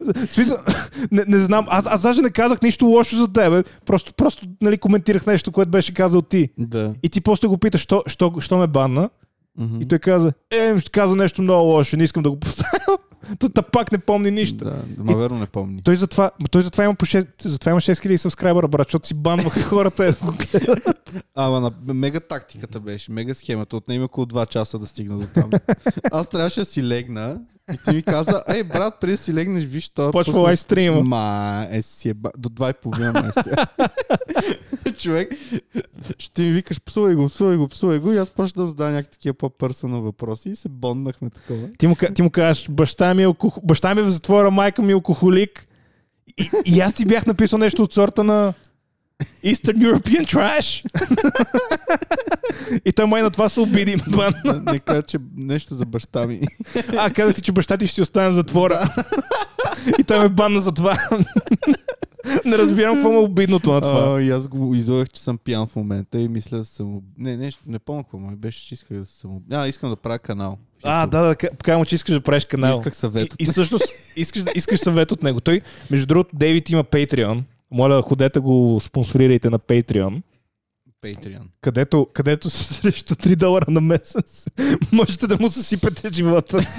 В смисъл, не, не знам, аз, аз даже не казах нищо лошо за тебе. Просто, просто нали, коментирах нещо, което беше казал ти. Да. И ти после го питаш, що, що, що ме банна? Мгм. И той каза, е, ще каза нещо много лошо, не искам да го повтарям. Та, та пак не помни нищо. Да, да, ма верно не помни. Той затова, ма той затова има, по 6, затова има 6000 сабскрайбъра, брат, защото си банваха хората. е, да го гледат. Ама на мега тактиката беше, мега схемата. Отнеми около 2 часа да стигна до там. Аз трябваше да си легна и ти ми каза, ей брат, преди да си легнеш, виж то. Почва пусна- лайвстрима. Ма, е си е ба... До 2 и половина май сте. Човек, ще ми викаш, псувай го, псувай го, псувай го. И аз почнах да задавам някакви такива по-пърсона въпроси и се бондахме такова. Ти му, ка- ти му кажеш, баща ми, е алкох... баща ми е в затвора, майка ми е алкохолик. И, и аз ти бях написал нещо от сорта на Eastern European Trash. и той май на това се обиди. бан. Не, не кажа, че нещо за баща ми. а, казах ти, че баща ти ще си остане в затвора. и той ме банна за това. Не разбирам какво му е обидното на това. А, и аз го излагах, че съм пиян в момента и мисля да съм... об- Не, нещо, не помня какво му беше, че исках да съм... об- А, искам да правя канал. А, да, да, ка- казвам, че искаш да правиш канал. Исках съвет. И, и всъщност искаш, искаш съвет от него. Той, между другото, Дейвид има Patreon. Моля, ходете го спонсорирайте на Patreon, Patreon. където, където срещу 3 долара на месец можете да му съсипете живота.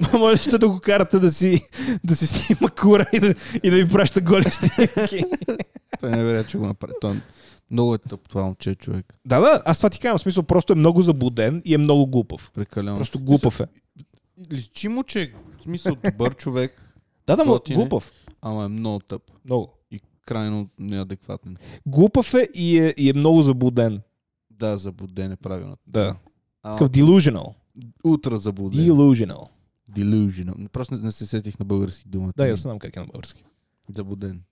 Ма Можете да го карате да си, да си снима кура и да, и да ви праща голи снимки. Той не веря, че го направи. Той... е- Много е тъп това момче, човек. Да, да, аз това ти казвам. В смисъл, просто е много заблуден и е много глупав. Прекалено. Просто глупав е. Личи му, че е в смисъл добър човек, Да, да, му, Готин е. глупав. ама е много тъп. Много. И крайно неадекватен. Глупав е и е, и е много заблуден. Да, заблуден е правилно. Да. А, Такъв delusional. утра заблуден. Delusional. Delusional. Просто не, не се сетих на български дума. Да, я знам как е на български. Заблуден.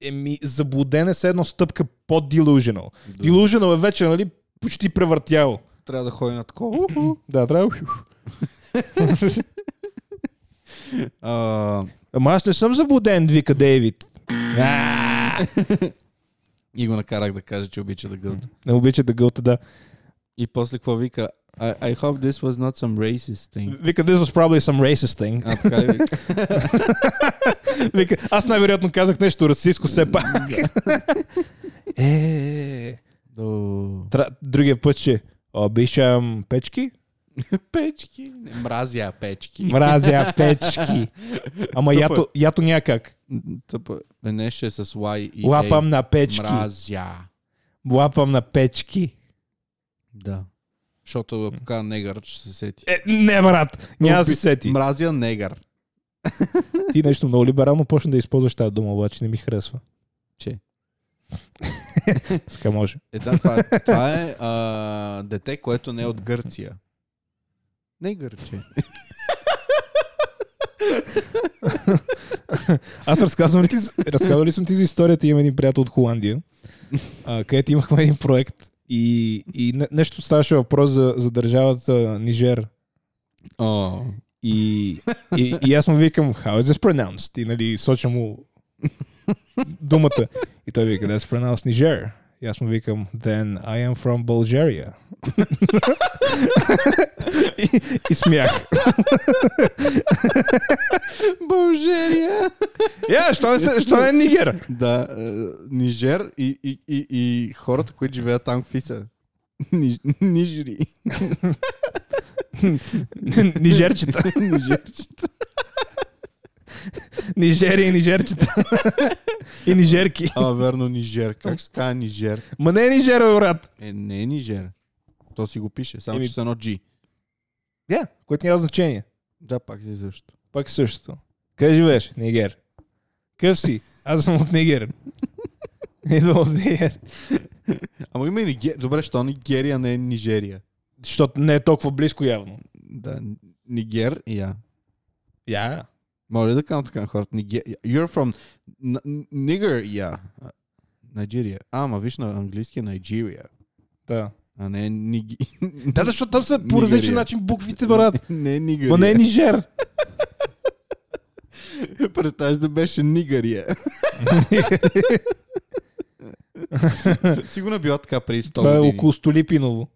Еми, заблуден е с едно стъпка под delusional. Да. Delusional е вече, нали, почти превъртяло. Трябва да ходи на такова. Уху. Да, трябва. А, Ама аз не съм заблуден, вика Дейвид. и го накарах да каже, че обича да гълта. Не обича да гълта, да. И после какво вика? I, I hope this was not some racist thing. Вика, this was probably some racist thing. А, така ли вика? Вика, аз най-вероятно казах нещо расистско все пак. Е, е, е. До... Тра- Другия път ще обичам печки, Печки. Не, мразя печки. мразя печки. Ама Тъпо е. ято, ято някак. Тъпа. Е, Не ще е с Y и A. Лапам на печки. Мразя. Лапам на печки. Да. Защото ако кажа негър, ще се сети. Е, не, брат, няма да се сети. Мразя негър. Ти нещо много либерално почна да използваш тази дума, обаче не ми харесва. Че? Сега може. Е, да, това, е- това е а, дете, което не е от Гърция. Не гърче. Аз разказвам ли ти, разказвал ли съм ти за историята, имам един приятел от Холандия, а, където имахме един проект и, и не- нещо ставаше въпрос за, за държавата Нижер. О, И, и, и аз му викам, how is this pronounced? И нали, соча му думата. И той вика, that's pronounced Niger. И аз му викам, then I am from Bulgaria. и, и смях. България! Я, що не, се- що не е Нигер? Да, е, Нижер и, и, и, и хората, които живеят там, какви са? Ни, нижери. Нижерчета. Нижерчета. Нижерия и нижерчета. и нижерки. А, верно, Нижер. Как се казва Нижер? Ма не е Нижер, бе, брат. Е, не е Нижер. То си го пише, само Еми- че са едно G. Я, което няма значение. Да, пак си също. Пак е същото. Къде живееш? Нигер. Къв си? Аз съм от Нигер. Идвам от Нигер. Ама има и Нигерия. Добре, що Нигерия не е Нижерия? Защото не е толкова близко явно. Да, Нигер и я. Я. Yeah. Може ли да казвам така на хората? Ниге- You're from N- N- Niger, yeah. Nigeria. А, ма виж на английски е Nigeria, Да. а не Ниги... Да, защото там са по Нигерия. различен начин буквите, брат. не е Нигерия. Ма не е Нижер. Представяш да беше Нигария. Сигурно е била така преди 100 Това е години. около Столипиново.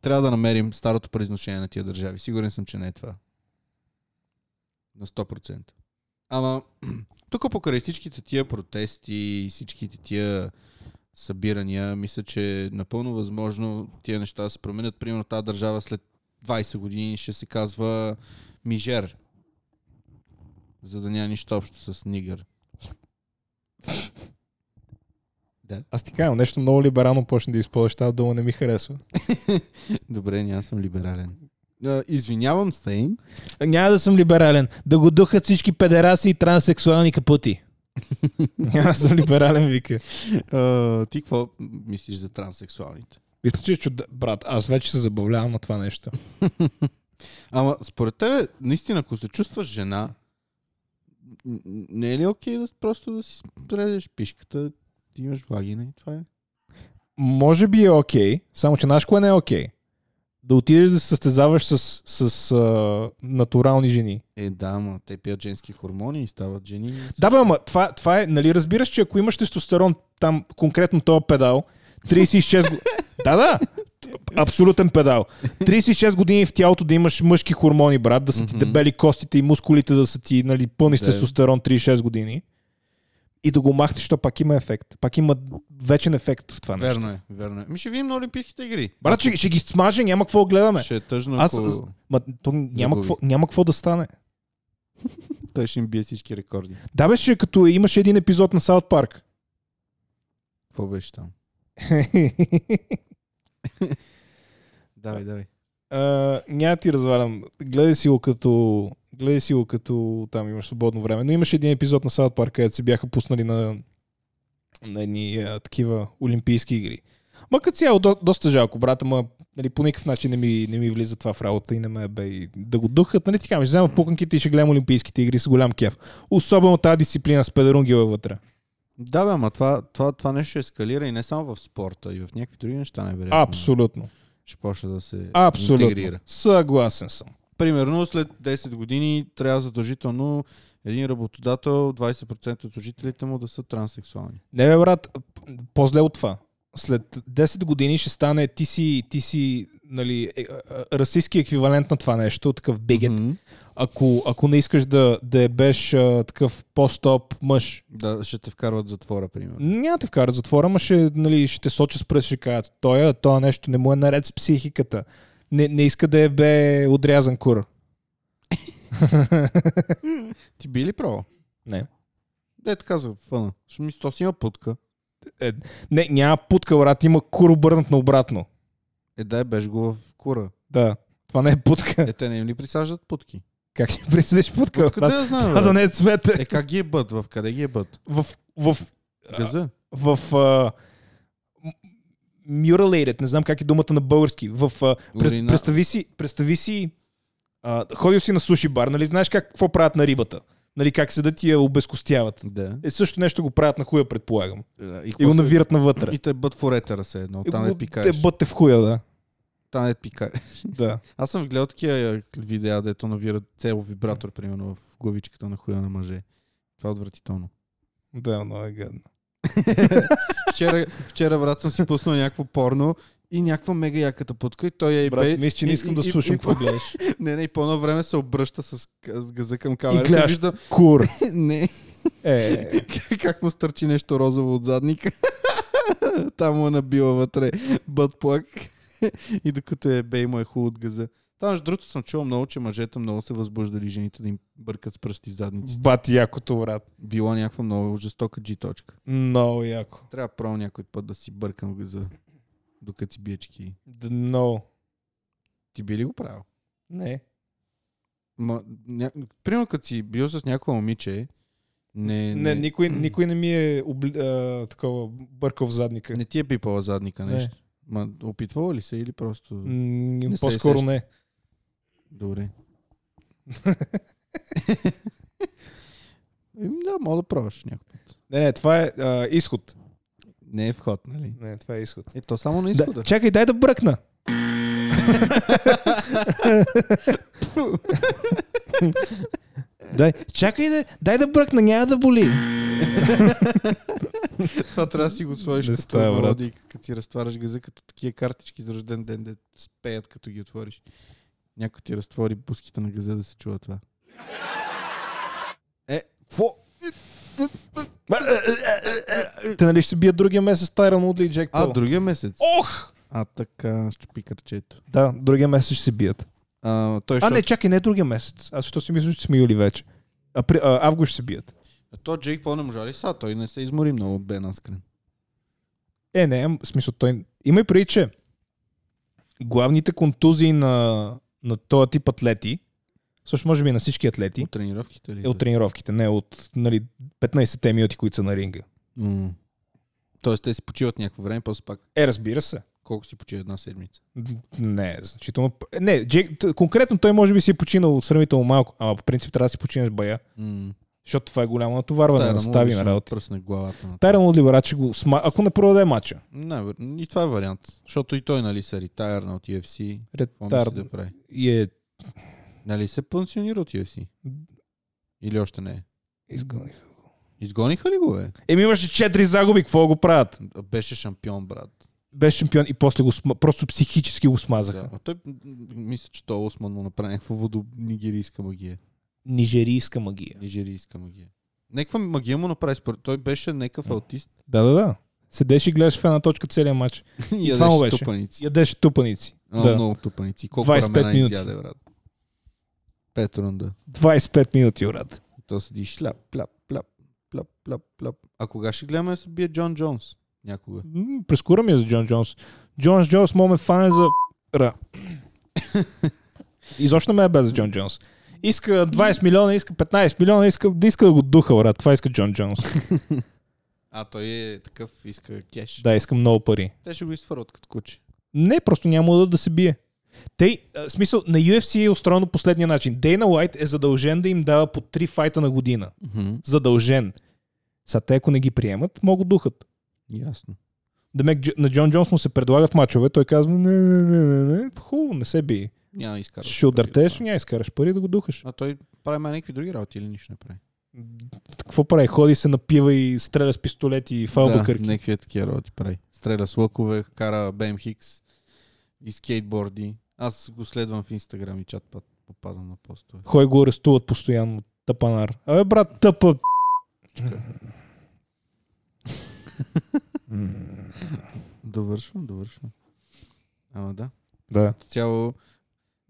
Трябва да намерим старото произношение на тия държави. Сигурен съм, че не е това. На 100%. Ама, тук покрай всичките тия протести и всичките тия събирания, мисля, че е напълно възможно тия неща да се променят. Примерно тази държава след 20 години ще се казва Мижер. За да няма нищо общо с Нигър. Аз ти казвам, нещо много либерално почна да използваш тази дума, не ми харесва. Добре, не, аз съм либерален. А, Извинявам се им. Няма да съм либерален. Да го духат всички педераси и транссексуални капути. Няма да съм либерален, вика. А, ти какво мислиш за транссексуалните? Мисля, че е чудо... Брат, аз вече се забавлявам на това нещо. Ама според тебе, наистина, ако се чувстваш жена, н- н- не е ли окей да с- просто да си режеш пишката, ти имаш вагина и това е? може би е окей, само че знаеш кое не е окей? Да отидеш да се състезаваш с, с а, натурални жени. Е, да, ма, те пият женски хормони и стават жени. Да, бе, ама това, това е, нали разбираш, че ако имаш тестостерон там, конкретно този педал, 36 години... Да, да, абсолютен педал. 36 години в тялото да имаш мъжки хормони, брат, да са ти Мгм. дебели костите и мускулите да са ти нали, пълни с Да. тестостерон 36 години. И да го махнеш, защото пак има ефект. Пак има вечен ефект в това нещо. Верно е, верно е. Ми ще видим на Олимпийските игри. Брат, ще, ще ги смаже, няма какво да гледаме. Ще е тъжно, Аз- Аз... ако Ма, то няма, Загуби. какво, няма какво да стане. той ще им бие всички рекорди. Да беше като имаше един епизод на Саут Парк. Какво беше там? Давай, давай. А, няма ти развалям. Гледай си го като... Гледай си го като там имаш свободно време. Но имаше един епизод на Саут Парк, където се бяха пуснали на, на едни а, такива олимпийски игри. Ма като цяло, до, доста жалко, брата, ма нали, по никакъв начин не ми, не ми влиза това в работа и не ме бе и да го духат. Нали, ти казвам, ще взема пуканките и ще гледам олимпийските игри с голям кеф. Особено тази дисциплина с педерунгила вътре. Да, бе, ама това, това, това нещо ще ескалира и не само в спорта, и в някакви други неща, най-вероятно. Абсолютно. ще почне да се интегрира. Абсолютно. Съгласен съм. Примерно след 10 години трябва задължително един работодател, 20% от служителите му да са транссексуални. Не бе, брат, п- по-зле от това. След 10 години ще стане ти си, ти си нали, е, е, е, расистски еквивалент на това нещо, такъв бигет. Mm-hmm. Мгм. Ако, ако не искаш да, да е беш а, такъв по-стоп мъж, Да, ще те вкарват в затвора, примерно. няма да те вкарат в затвора, ама ще, нали, ще те сочат с пръст, ще кажат, той, това нещо не му е наред с психиката. Не, не иска да е бе отрязан кур. Ти би ли право? Не. Де така за фъна. В смисъл, то си има путка. Не, няма путка, брат, има кур обърнат наобратно. Е, дай беж го в кура. Да, това не е путка. Е, те не им ли присаждат путки? Как ще присъдиш путка, Путка брат? да я знам, Това бе. да не е цвете. Е, как ги е бът? В къде ги е бът? в, в, Газа? в, в mutilated, не знам как е думата на български. В, а, през, Урина- представи си, представи си а, ходил си на суши бар, нали знаеш как, какво правят на рибата? Нали как седат и я обезкостяват. Да. Е, също нещо го правят на хуя, предполагам. И, И какво го се- навират навътре. И те бът в уретера се едно. И Там го- не пикаеш. Те бъдте в хуя, да. Там е не пикаеш. да. Аз съм гледал такива а, видеа, дето навират цел вибратор, примерно, в главичката на хуя на мъже. Това е отвратително. Да, много е гадно. Вчера, вчера брат, съм си пуснал някакво порно и някаква мега яката путка и той я и бе... Брат, мисля, че не и- искам и- да и- слушам и- какво гледаш. Не, не, и по едно време се обръща с, с газа към камерата. гледаш. Вижда, Кур. не, Е, как му стърчи нещо розово от задника. Там му е набила вътре бътплак. И докато е бей му е хубаво от газа. Там, между другото, съм чувал много, че мъжете много се възбуждали жените да им бъркат с пръсти в задниците. бати якото, брат. Била някаква много жестока G точка. Много яко. Трябва право някой път да си бъркам в газа, докато си биечки. Д- Много. Ти би ли го правил? Не. Ма, ня... Примерно, като си бил с някакво момиче, не, Не, никой, никой не ми е обли... а, такова бъркал в задника. не ти е пипала задника Не. нещо. Ма, опитвала ли се или просто... М, Не се По-скоро сещам. не. Добре. Еми, да, мога да пробваш някой път. Не, не, това е а, изход. Не е вход, нали? Не, това е изход. Е, то само на изхода. Да, чакай, дай да бръкна. дай, чакай да, дай да бръкна, няма да боли. Това трябва да си го сложиш Не като става, брат. мелодия, като си разтваряш газа, като такива картички за рожден ден, де спеят, като ги отвориш. Някой ти разтвори пуските на газа да се чува това. Е, фо? Те нали ще се бият другия месец Тайрон Удли и Джек А, Пол? другия месец. Ох! А, така, щупи кърчето. Да, другия месец ще се бият. А, той А, не, ще... чакай, не другия месец. Аз що си мисля, че сме юли вече. Апри... А, август ще се бият. То Джейк Пол не можа ли са? Той не се измори много, бе наскрен. Е, не, ам- в смисъл, той... Има и преди, че главните контузии на, на този тип атлети, също може би на всички атлети, От тренировките ли? е от тренировките, не от нали, 15-те минути, които са на ринга. М. Тоест, те си почиват някакво време, после пак Е, разбира се. колко си почива една седмица. М, Не, значително. Не, Джек, т- конкретно той може би си е починал сравнително малко, ама по принцип трябва да си починеш бая, М. защото това е голямо натоварване на Тайрон стави Луис на му работа. Пръсне главата на Тайрон Удли, брат, ще го сма... ако не продаде матча. Не, и това е вариант. Защото и той, нали, се ритайрна от UFC. Какво мисли Ретард да прави? и е... Нали се пенсионира от UFC? Или още не е? Изгоних. Изгониха ли го, бе? Еми имаше 4 загуби, какво го правят? Беше шампион, брат. беше шампион и после го сма... просто психически го смазаха. Да. А той, м- м- мисля, че той Осман му направи някаква водонигерийска магия. Нижерийска магия. Нигерийска магия. Някаква магия му направи според. Той беше някакъв аутист. Да, да, да. Седеш и гледаш в една точка целия матч. И това му беше. тупаници. Ядеш тупаници. А, да. Много тупаници. Колко 25 рамена минути. изяде, брат? Пет рунда. 25 минути, брат. То седи шляп, пляп, пляп, пляп, пляп, пляп. А кога ще гледаме да се бие Джон Джонс? Някога. М, Прескура ми е за Джон Джонс. Джон Джонс мога ме фане за... Ра. Изобщо не ме е без за Джон Джонс. Иска 20 милиона, иска 15 милиона, иска, да иска да го духа, брат. Това иска Джон Джонс. А той е такъв, иска кеш. да, иска много пари. Те ще го изфърват като куче. Не, просто няма да, да се бие. Те, а, в смисъл, на UFC е устроено последния начин. Дейна Уайт е задължен да им дава по три файта на година. Задължен. Са те, ако не ги приемат, могат духат. Ясно. Демек, Дж- на Джон Джонс му се предлагат мачове, той казва, не, не, не, не, не, хубаво, не се би. Няма да изкараш. Ще удъртеш, пари. няма да изкараш пари да го духаш. А той прави май някакви други работи или нищо не прави. Какво прави? Ходи се напива и стреля с пистолет и фалба да, кърки. някакви такива работи прави. Стреля с лъкове, кара BMX и скейтборди. Аз го следвам в Инстаграм и чат път попадам на постове. Хой го арестуват постоянно. Тъпанар. Абе, брат, тъпа. Довършвам, довършвам. Ама да. да. Като Цяло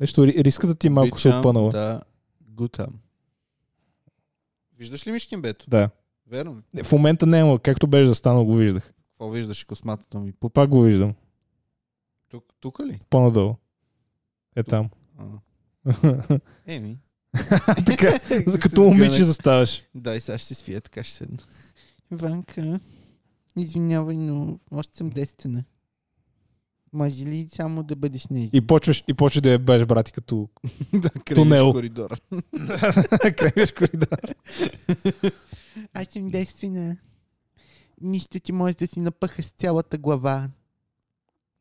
Нещо, ри- риската ти е малко се обичам опънала. Да, гутам. Виждаш ли мишкинбето? Да. Верно ми. Не, Е, В момента няма, както беше застанал, го виждах. Какво виждаш косматата ми? Пуп. Пак го виждам. Тук, тук ли? По-надолу. Е там. А. Еми. така, Се като момиче сгънах. заставаш. Дай, сега ще се свия, така ще седна. Иванка, извинявай, но още съм детствена. Може ли само да бъдеш на И почваш, и почваш да я беш, брати, като да, тунел. коридора. кремиш коридор. Аз съм действена. Нищо ти може да си напъха с цялата глава.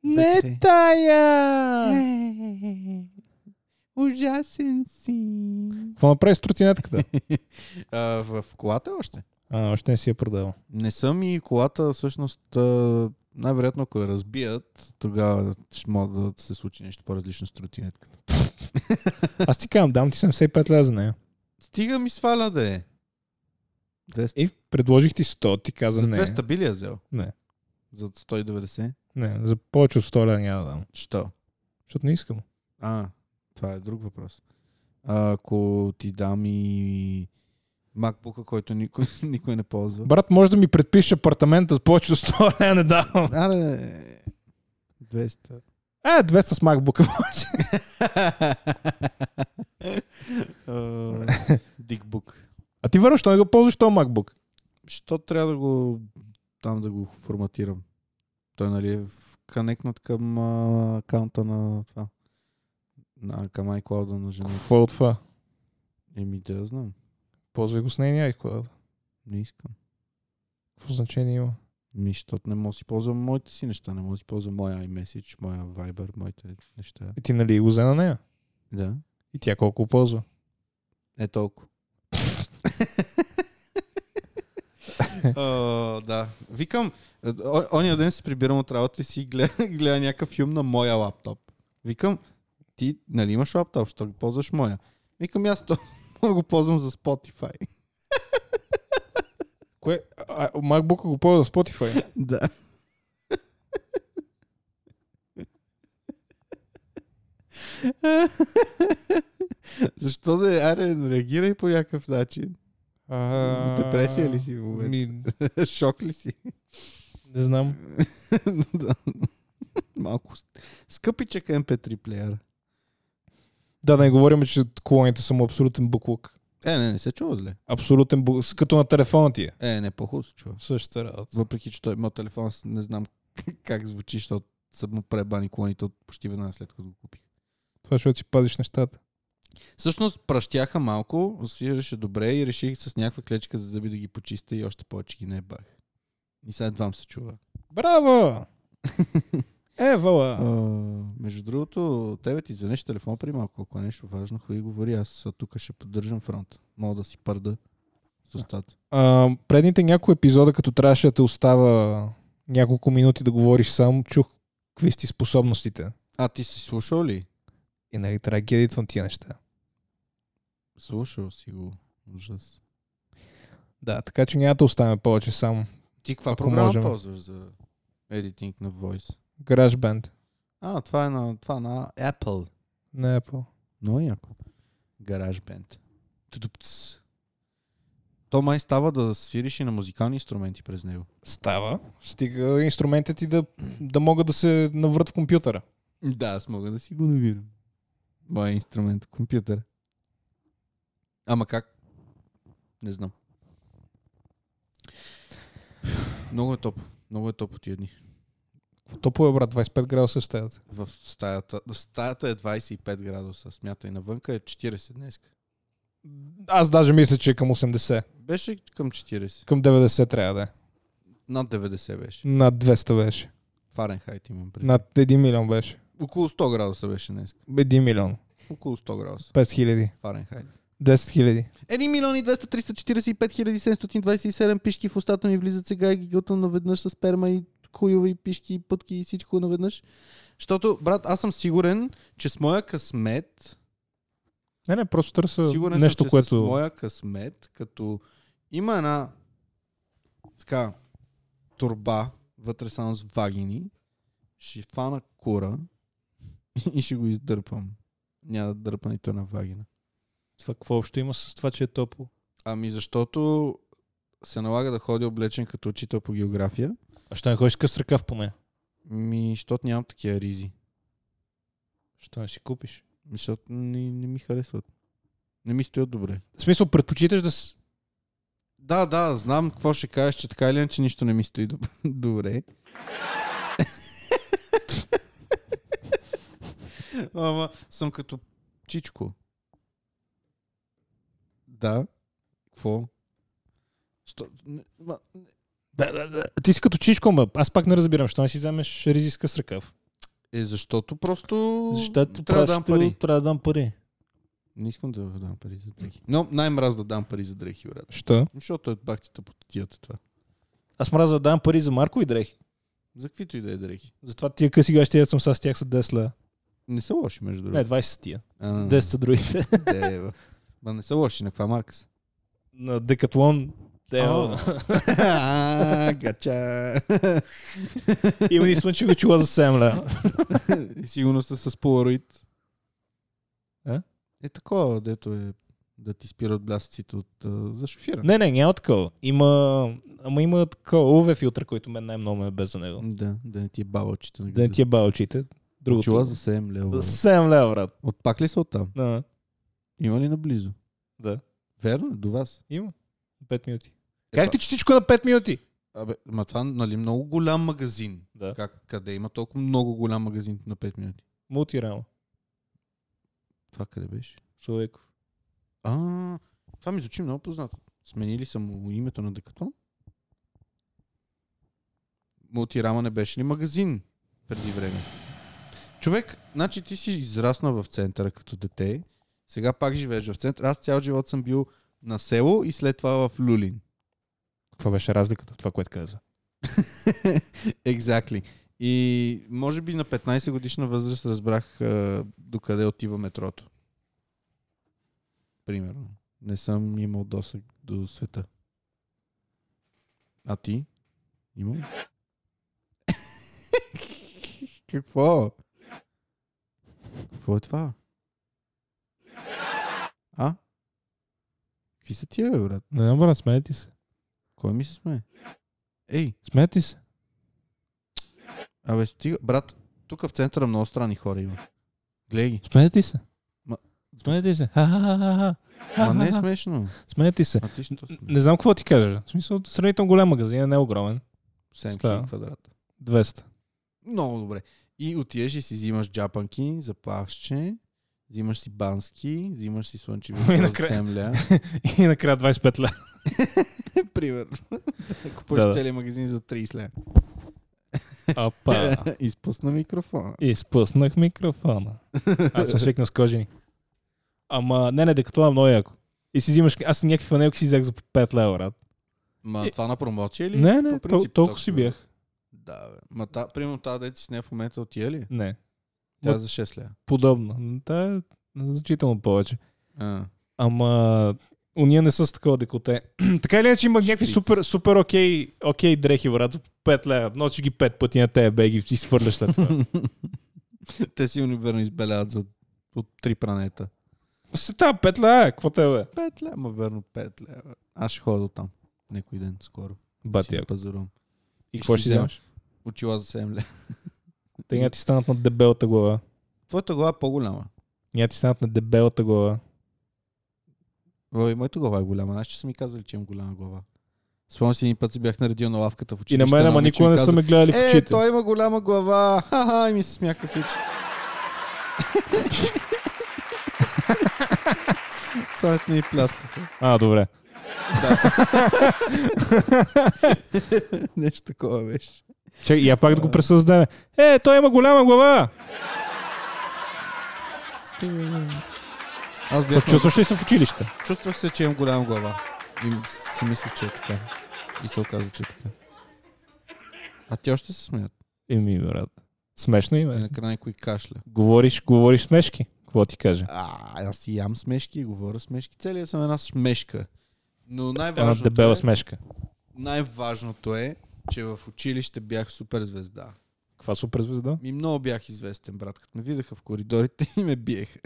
Не Е. тая! Ужасен си. Какво направи с тротинетката? А, в колата е още? А, още не си я продавал. Не съм и колата, всъщност, а, най-вероятно, ако я разбият, тогава ще може да се случи нещо по-различно с тротинетката. Аз ти казвам, дам ти 75 ля за нея. Стига ми сваля да е. 200. И предложих ти 100, ти За, каза не. 200 би ли я взел? Е, Не. За 190? Не, за повече от 100 ля няма да дам. Що? Защото не искам. А, това е друг въпрос. А, ако ти дам и MacBook, който никой, никой не ползва. Брат, може да ми предпишеш апартамента за повече от 100 ля не давам. Аре, 200. Е, 200 с макбука. Дикбук. А ти върваш, не го ползваш този макбук. Що трябва да го там да го форматирам? Той нали е канекнат към а, акаунта на това. На, към iCloud на жена. Какво е това? Еми да я знам. Ползвай го с нейния iCloud. Не искам. Какво Какво значение има? Ми, защото не мога да си ползвам моите си неща. Не мога да си ползвам моя iMessage, моя Viber, моите неща. И ти нали го взе на нея? Да. И тя колко го ползва? Е толкова. О, да. Викам, о- ония ден се прибирам от работа и си гледа, гледа някакъв филм на моя лаптоп. Викам, ти нали имаш лаптоп, що го ползваш моя? Викам, аз то мога да го ползвам за Spotify. Кое? А, макбука го ползва Spotify. Да. Защо да е? Аре, реагирай по някакъв начин. В депресия ли си в момента? Ми, Шок ли си? не знам. Да. Малко с- скъпичък MP3 плеер. Да, да не говорим, че колоните са му абсолютен буклук. Е, не, не се чува зле. Абсолютен буклук. С- Като на телефона ти е. Е, не, по-хубаво се чува. Същата работа. Въпреки, че той моят телефон аз не знам как звучи, защото са му пребани клоните от почти веднага след като го купих. Това, защото си пазиш нещата. Всъщност пращяха малко, свираше добре и реших с някаква клечка за зъби да ги почиста и още повече ги не бах. И сега едвам се чува. Браво! Е, Евала! между другото, тебе ти звънеш телефон при малко, ако е нещо важно, хуй говори, аз тук ще поддържам фронт. Мога да си пърда с устата. А, предните няколко епизода, като трябваше да те остава няколко минути да говориш сам, чух какви си способностите. А ти си слушал ли? И нали трябва да ги едитвам тия неща. Слушал си го. Ужас. Да, така че няма да оставяме повече сам. Ти каква Ако програма можем. ползваш за едитинг на Voice? GarageBand. А, това е на, това е на Apple. Не Apple. Много е яко. GarageBand. Тудупц. То май става да свириш и на музикални инструменти през него. Става. Стига инструментите ти да, да могат да се наврат в компютъра. Да, аз мога да си го навирам. Моя инструмент, компютър. Ама как? Не знам. Много е топ. Много е топ от тия дни. Топло е, брат, 25 градуса в стаята. в стаята. В стаята е 25 градуса, смятай. Навънка е 40 днес. Аз даже мисля, че е към 80. Беше към 40. Към 90 трябва да е. Над 90 беше. Над 200 беше. Фаренхайт имам предвид. Над 1 милион беше. Около 100 градуса беше днес. 1 милион. Около 100 градуса 5 хиляди. Фаренхайт. 10 хиляди. 1 милион и 200 345 хиляди 727 пишки в устата ми влизат сега и ги гълтам наведнъж с сперма и хуйове и пишки и пътки и всичко наведнъж. Защото, брат, аз съм сигурен, че с моя късмет, Не, не, просто търся сигурен е нещо, съм, че което... с моя късмет, като има една така турба вътре само с вагини, ще фана кура и ще го издърпам. Няма да дърпа нито една вагина. Това какво общо има с това, че е топло? Ами защото се налага да ходя облечен като учител по география. А ще не ходиш къс ръкав поне? Ми, защото нямам такива ризи. Ще не си купиш? Ми, Защото не, не ми харесват. Не ми стоят добре. В смисъл, предпочиташ да с... Да, да, знам какво ще кажеш, че така или иначе нищо не ми стои доб- добре. Ама съм като чичко. Да. Какво? Сто... не- ма- Да, да, да. Ти си като чичко, ма. Аз пак не разбирам, що не си вземеш ризи с къс ръкав. Е, защото просто Защото трябва да дам просто пари. Трябва да дам пари. Не искам да дам пари за дрехи. Но най-мраз да дам пари за дрехи, брат. Що? Защото е бахтите по тията това. Аз мразя да дам пари за Марко и дрехи. За каквито и да е дрехи. Затова тия къси гащи, дето съм сега с тях са 10 лева. Не са лоши, между другото. Не, 20 са тия. А, 10 са другите. дева. Ма не са лоши, на каква марка са? На Декатлон. Те, О. А, Гача. има ни слънчеви чула за 7 лева. Сигурно са с полароид. А? Е такова, дето е да ти спират блясъците от а, за шофира. Не, не, няма такова. Има... Ама има такова UV филтър, който мен най-много ме е без за него. Да, да не ти е баба очите на Да не ти е ба очите. Другото. Чула за 7 лева. 7 лева, брат. От пак ли са оттам? Да. Има ли наблизо? да. Верно, е, до вас. Има. 5 минути. Е, Как ти, че всичко е на 5 минути? Абе, ма това, нали, много голям магазин. Да. Как, къде има толкова много голям магазин на 5 минути? Мултирама. Това къде беше? Словеков. А, това ми звучи много познато. Сменили са му името на Декатлон? Мултирама не беше ли магазин преди време? Човек, значи ти си израснал в центъра като дете, сега пак живееш в центъра. Аз цял живот съм бил на село и след това в Люлин. Каква беше разликата от това, което каза? Exactly. И може би на 15 годишна възраст разбрах а, докъде отива метрото. Примерно. Не съм имал досег до света. А ти? Имам? Какво? Какво е това? А? Какви са тия, бе, брат? Не, не, брат, смеете се. Кой ми се смее? Ей, Смеете се. Абе, стига. Брат, тук в центъра много странни хора има. Гледай ги. Смеете се. Ма- Смеете се. Ха-ха-ха-ха. Ма не е Ха-ха-ха. смешно. Смеете се. А ти ще то Не знам какво ти кажа. В смисъл, сравнително голям магазин, не е огромен. 7 става. квадрата. 200. Много добре. И отиваш и си взимаш джапанки за плащче, взимаш си бански, взимаш си слънчеви И очила за накрая- семля. И накрая 25 лева. Примерно. Купуваш Да, да. целият магазин за 30 лева. Апа. Изпусна микрофона. Изпуснах микрофона. Аз съм свикнал с кожени. Ама, не, не, декато е много яко. И си взимаш, аз някакви фанелки си взех за по 5 лева, брат. Ма Е, това на промоция ли? Не, По не, принцип тол- толкова ток, си бе. бях. Да, бе. Ма та, примерно тази дете си не е в момента отия ли? Не, Тя Ма- за 6 лева. подобно. Та е значително повече. А, Ама, уния не са с такова декоте. така или иначе има някакви Шпиц. супер, супер окей, окей дрехи, брат, за 5 лева. Ночи ги 5 пъти на тея беги и свърляш след това. Те си универно избеляват за от три пранета. Сета, 5 лева, е, какво те бе? Пет лева, ма верно, пет лева. Аз ще ходя до там някой ден скоро. Бати, си яко. пазарувам. И какво ще си вземаш? Очила за 7 лева. Те няма ти станат на дебелата глава. Твоята глава е по-голяма. Няма ти станат на дебелата глава. Ой, моята глава е голяма. Знаеш, че са ми казвали, че имам голяма глава. Спомням си, един път си бях наредил на лавката в И училище. на мен, едно ама момиче никога ми не са каза, ме гледали в Е, очите. той има голяма глава. Ха-ха, и ми се смяха всички. Съвет не и пляскаха. А, добре. Да. Нещо такова беше. Чакай, я пак да го пресъздаме. Е, той има голяма глава! Аз бях на... Съчувстваш ли се в училище? Чувствах се, че имам голяма глава. И си мислех, че е така. И се оказа, че е така. А те още се смеят. Еми, брат. Смешно им И е. накрая някой кашля. Говориш, говориш смешки. Какво ти кажа? А, аз си ям смешки, говоря смешки. Целият съм една смешка. Но Една най-важното дебела е, смешка. най-важното е, че в училище бях суперзвезда. Каква суперзвезда? Ми много бях известен, брат. Като ме видяха в коридорите и ме биеха.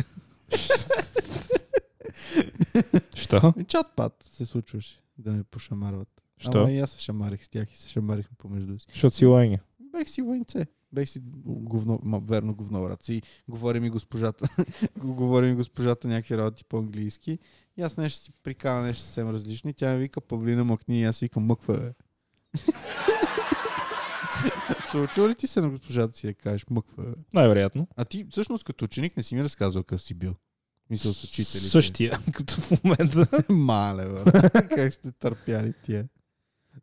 Що? И чат пат се случваше да ме пошамарват. Ама Що? и аз се шамарих с тях и се шамарихме помежду си. Защото си лайня. Бех си войнце. Бех си говно, ма, верно говно, брат. Си, говори ми госпожата. го- говори ми госпожата някакви работи по-английски. И аз нещо си прикана нещо съвсем различно. И тя ми вика, Павлина, мъкни. И аз си викам, мъква, бе. Случва ли ти се на госпожата си да кажеш мъква, бе? Най-вероятно. А ти всъщност като ученик не си ми разказвал какъв си бил. Мисъл с учителите. Същия, като в момента. Мале, бе. как сте търпяли тия.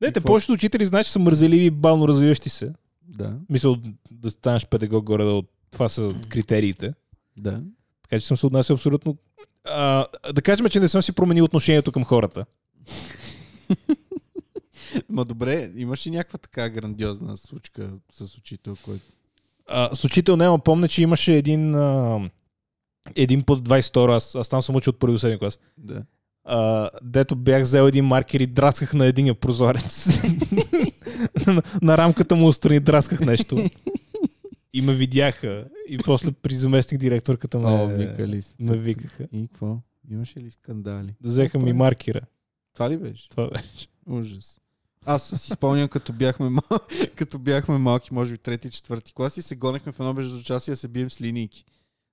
Не, те Какво? повечето учители знаят, че са мързеливи и бавно развиващи се. Да, Мисъл да станеш педагог горе да от това са критериите. да. Така че съм се отнасял абсолютно... А, да кажем, че не съм си променил отношението към хората. Ма добре, имаш ли някаква така грандиозна случка с учител, който А, с учител няма помня, че имаше един... А, един път 22, аз, аз там съм учил от първи до седми клас. Да. а, дето бях взел един маркер и драсках на единия прозорец. на, на рамката му отстрани драсках нещо. И ме видяха. И после при заместник директорката ме, О, викали сте. Е, ме викаха. И какво? Имаше ли скандали? Взеха ми маркера. Това ли беше? Това беше. Ужас. Аз си спомням, като бяхме, мал... като бяхме малки, може би трети, четвърти клас и се гонехме в едно безучастие да се бием с линийки.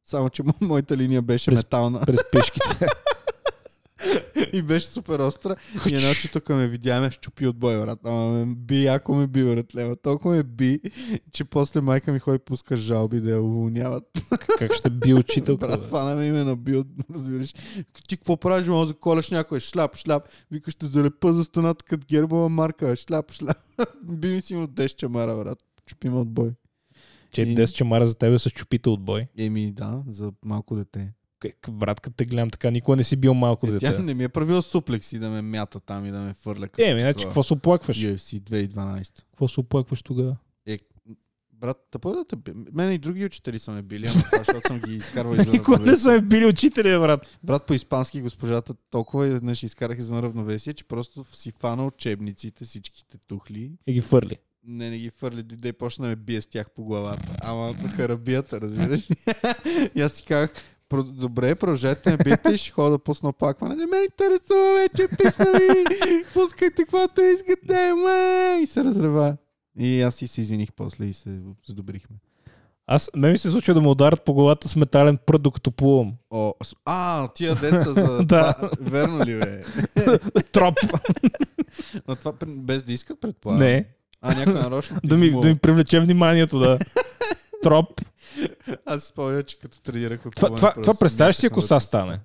Само, че мо- моята линия беше През- метална През пешките. и беше супер остра. И едно, че тук ме видя, ме щупи от бой, брат. Ама ме би, ако ме би, брат, лева. Толкова ме би, че после майка ми ходи и пуска жалби да я уволняват. как ще би учителка? Брат, бе? фана ме име наби от... Разбираш. Ти какво правиш, мога за колеш някой? Шляп, шляп. Викаш, ще залепа за стената като гербова марка. бе. Шляп, шляп. Би ми си имал 10 чамара, брат. Чупи ме от бой. Че 10 чамара за тебе с чупите от бой. Еми, да, за малко дете. Как, брат, като те гледам така, никога не си бил малко Е, дете. тя не ми е правила суплекси да ме мята там и да ме фърля. като Е, ми, значи, такова. какво се оплакваш? UFC 2012. Какво се оплакваш тогава? Е, Брат, тъпо е да те... би- Мене и други учители са ме били, ама това, защото съм ги изкарвал извън Никога не равновесие. са ме били учители, брат. Брат, по испански госпожата толкова веднъж изкарах извън равновесие, че просто си фана учебниците, всичките тухли И Е, ги фърли. Не, не ги фърли, дойде и почна да ме бие с тях по главата. Ама на харабията, разбираш. ли? и аз си казах, «Про- добре, продължете ме биете и ще хода да пусна опакване. Не ме интересува вече, писна ми, пускайте каквото искате, ме! И се разрева. И аз си се извиних после и се сдобрихме. Аз, ме ми се случва да му ударят по главата с метален прът, докато плувам. О, с- а, тия деца за... Да. това, верно ли бе? Троп! Но това при- без да искат, предполагам. Не. А някой нарочно ти Да ми, измува. да ми привлече вниманието, да. Троп. Аз си спомням, че като тренирахме Това, по това, Лен това Крос, представяш си, бяхме ако на са тесто. стане?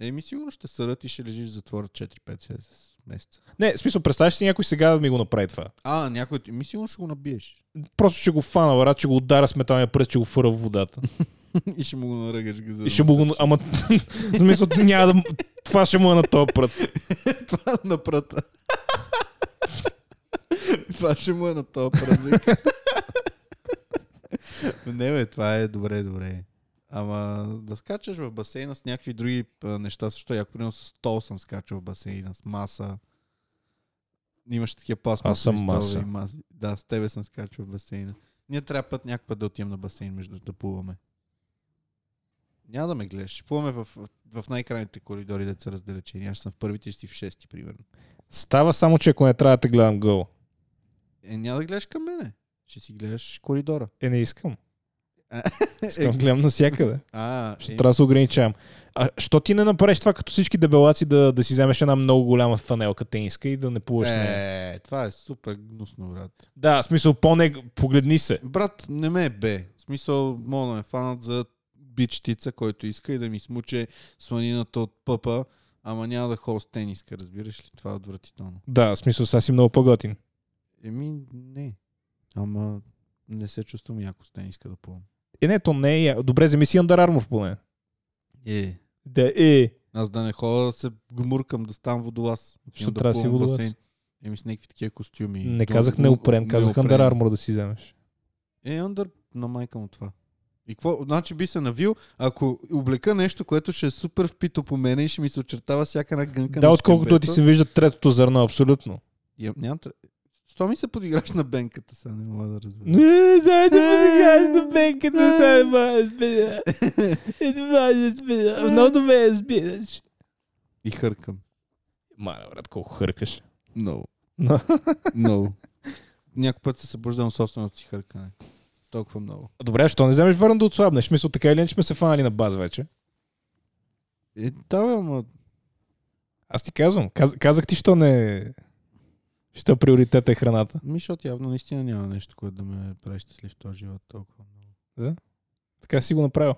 Еми, сигурно ще съдат и ще лежиш в затвора 4-5 месеца. Не, в смисъл, представяш си някой сега да ми го направи това. А, някой ти... Ми сигурно ще го набиеш. Просто ще го фана, брат, ще го удара с металния пръст, ще го фъра в водата. и ще му го наръгаш газа. И ще му го... Ама... в смисъл, няма да... Това ще му е на този прът. Това на пръта. това ще му е на този празник. Не, бе, това е добре, добре. Ама да скачаш в басейна с някакви други а, неща, също е яко, примерно с стол съм скачал в басейна, с маса. Имаш такива пластмасови Аз съм столове маса. и маси. Да, с тебе съм скачал в басейна. Ние трябва път някакъв път да отидем на басейн, между да плуваме. Няма да ме гледаш. Ще плуваме в, в, в най-крайните коридори, да са раздалечени. Аз ще съм в първите, ще си в шести, примерно. Става само, че ако не трябва да те гледам гъл. Е, няма да гледаш към мене. Ще си гледаш коридора. Е, не искам. А, Е, Искам да гледам навсякъде. А, Ще е, трябва да се ограничавам. А що ти не направиш това като всички дебелаци да, да си вземеш една много голяма фанелка тениска и да не плуваш с нея? е, това е супер гнусно, брат. Да, в смисъл, поне погледни се. Брат, не ме е бе. В смисъл, мога да ме фанат за бичтица, който иска и да ми смуче сланината от пъпа, ама няма да хост тениска, разбираш ли? Това е отвратително. Да, в смисъл, сега си много по-готин. Еми, не. Ама не се чувствам яко, не иска да плувам. Е, не, то не е. я- Добре, вземи си Under Armour поне. Е, Да е. аз да не ходя да се гмуркам, да ставам водолаз. Що Отивам да трябва да си плувам в водолаз? басейн. Еми с някакви такива костюми. Не То- казах неопрен, казах неопрен. Under Armour да си вземеш. Е, Андър, на майка му това. И какво? Значи би се навил, ако облека нещо, което ще е супер впито по мене и ще ми се очертава всяка една гънка Да, на отколкото ти шкембето. се вижда третото зърно, абсолютно. Я, нямам... тр- Що ми се подиграш на бенката, сега не мога да разбера. Не, сега ще подигаш на бенката, сега не мога да спираш. Не мога да спираш. Много добре я спираш. И хъркам. Мале, брат, колко хъркаш. Много. Но. Много. Някой път се събуждам от собственото си хъркане. Толкова много. Добре, що не вземеш върна да отслабнеш? Мисля, така или иначе сме се фанали на база вече. Е, да, бе, ама... Аз ти казвам, каз, казах ти, що не... Що приоритет е храната. Ми, защото явно наистина няма нещо, което да ме прави щастлив в този живот толкова много. Така си го направил.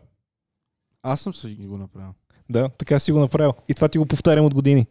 Аз съм си го направил. Да, така си го направил. И това ти го повтарям от години.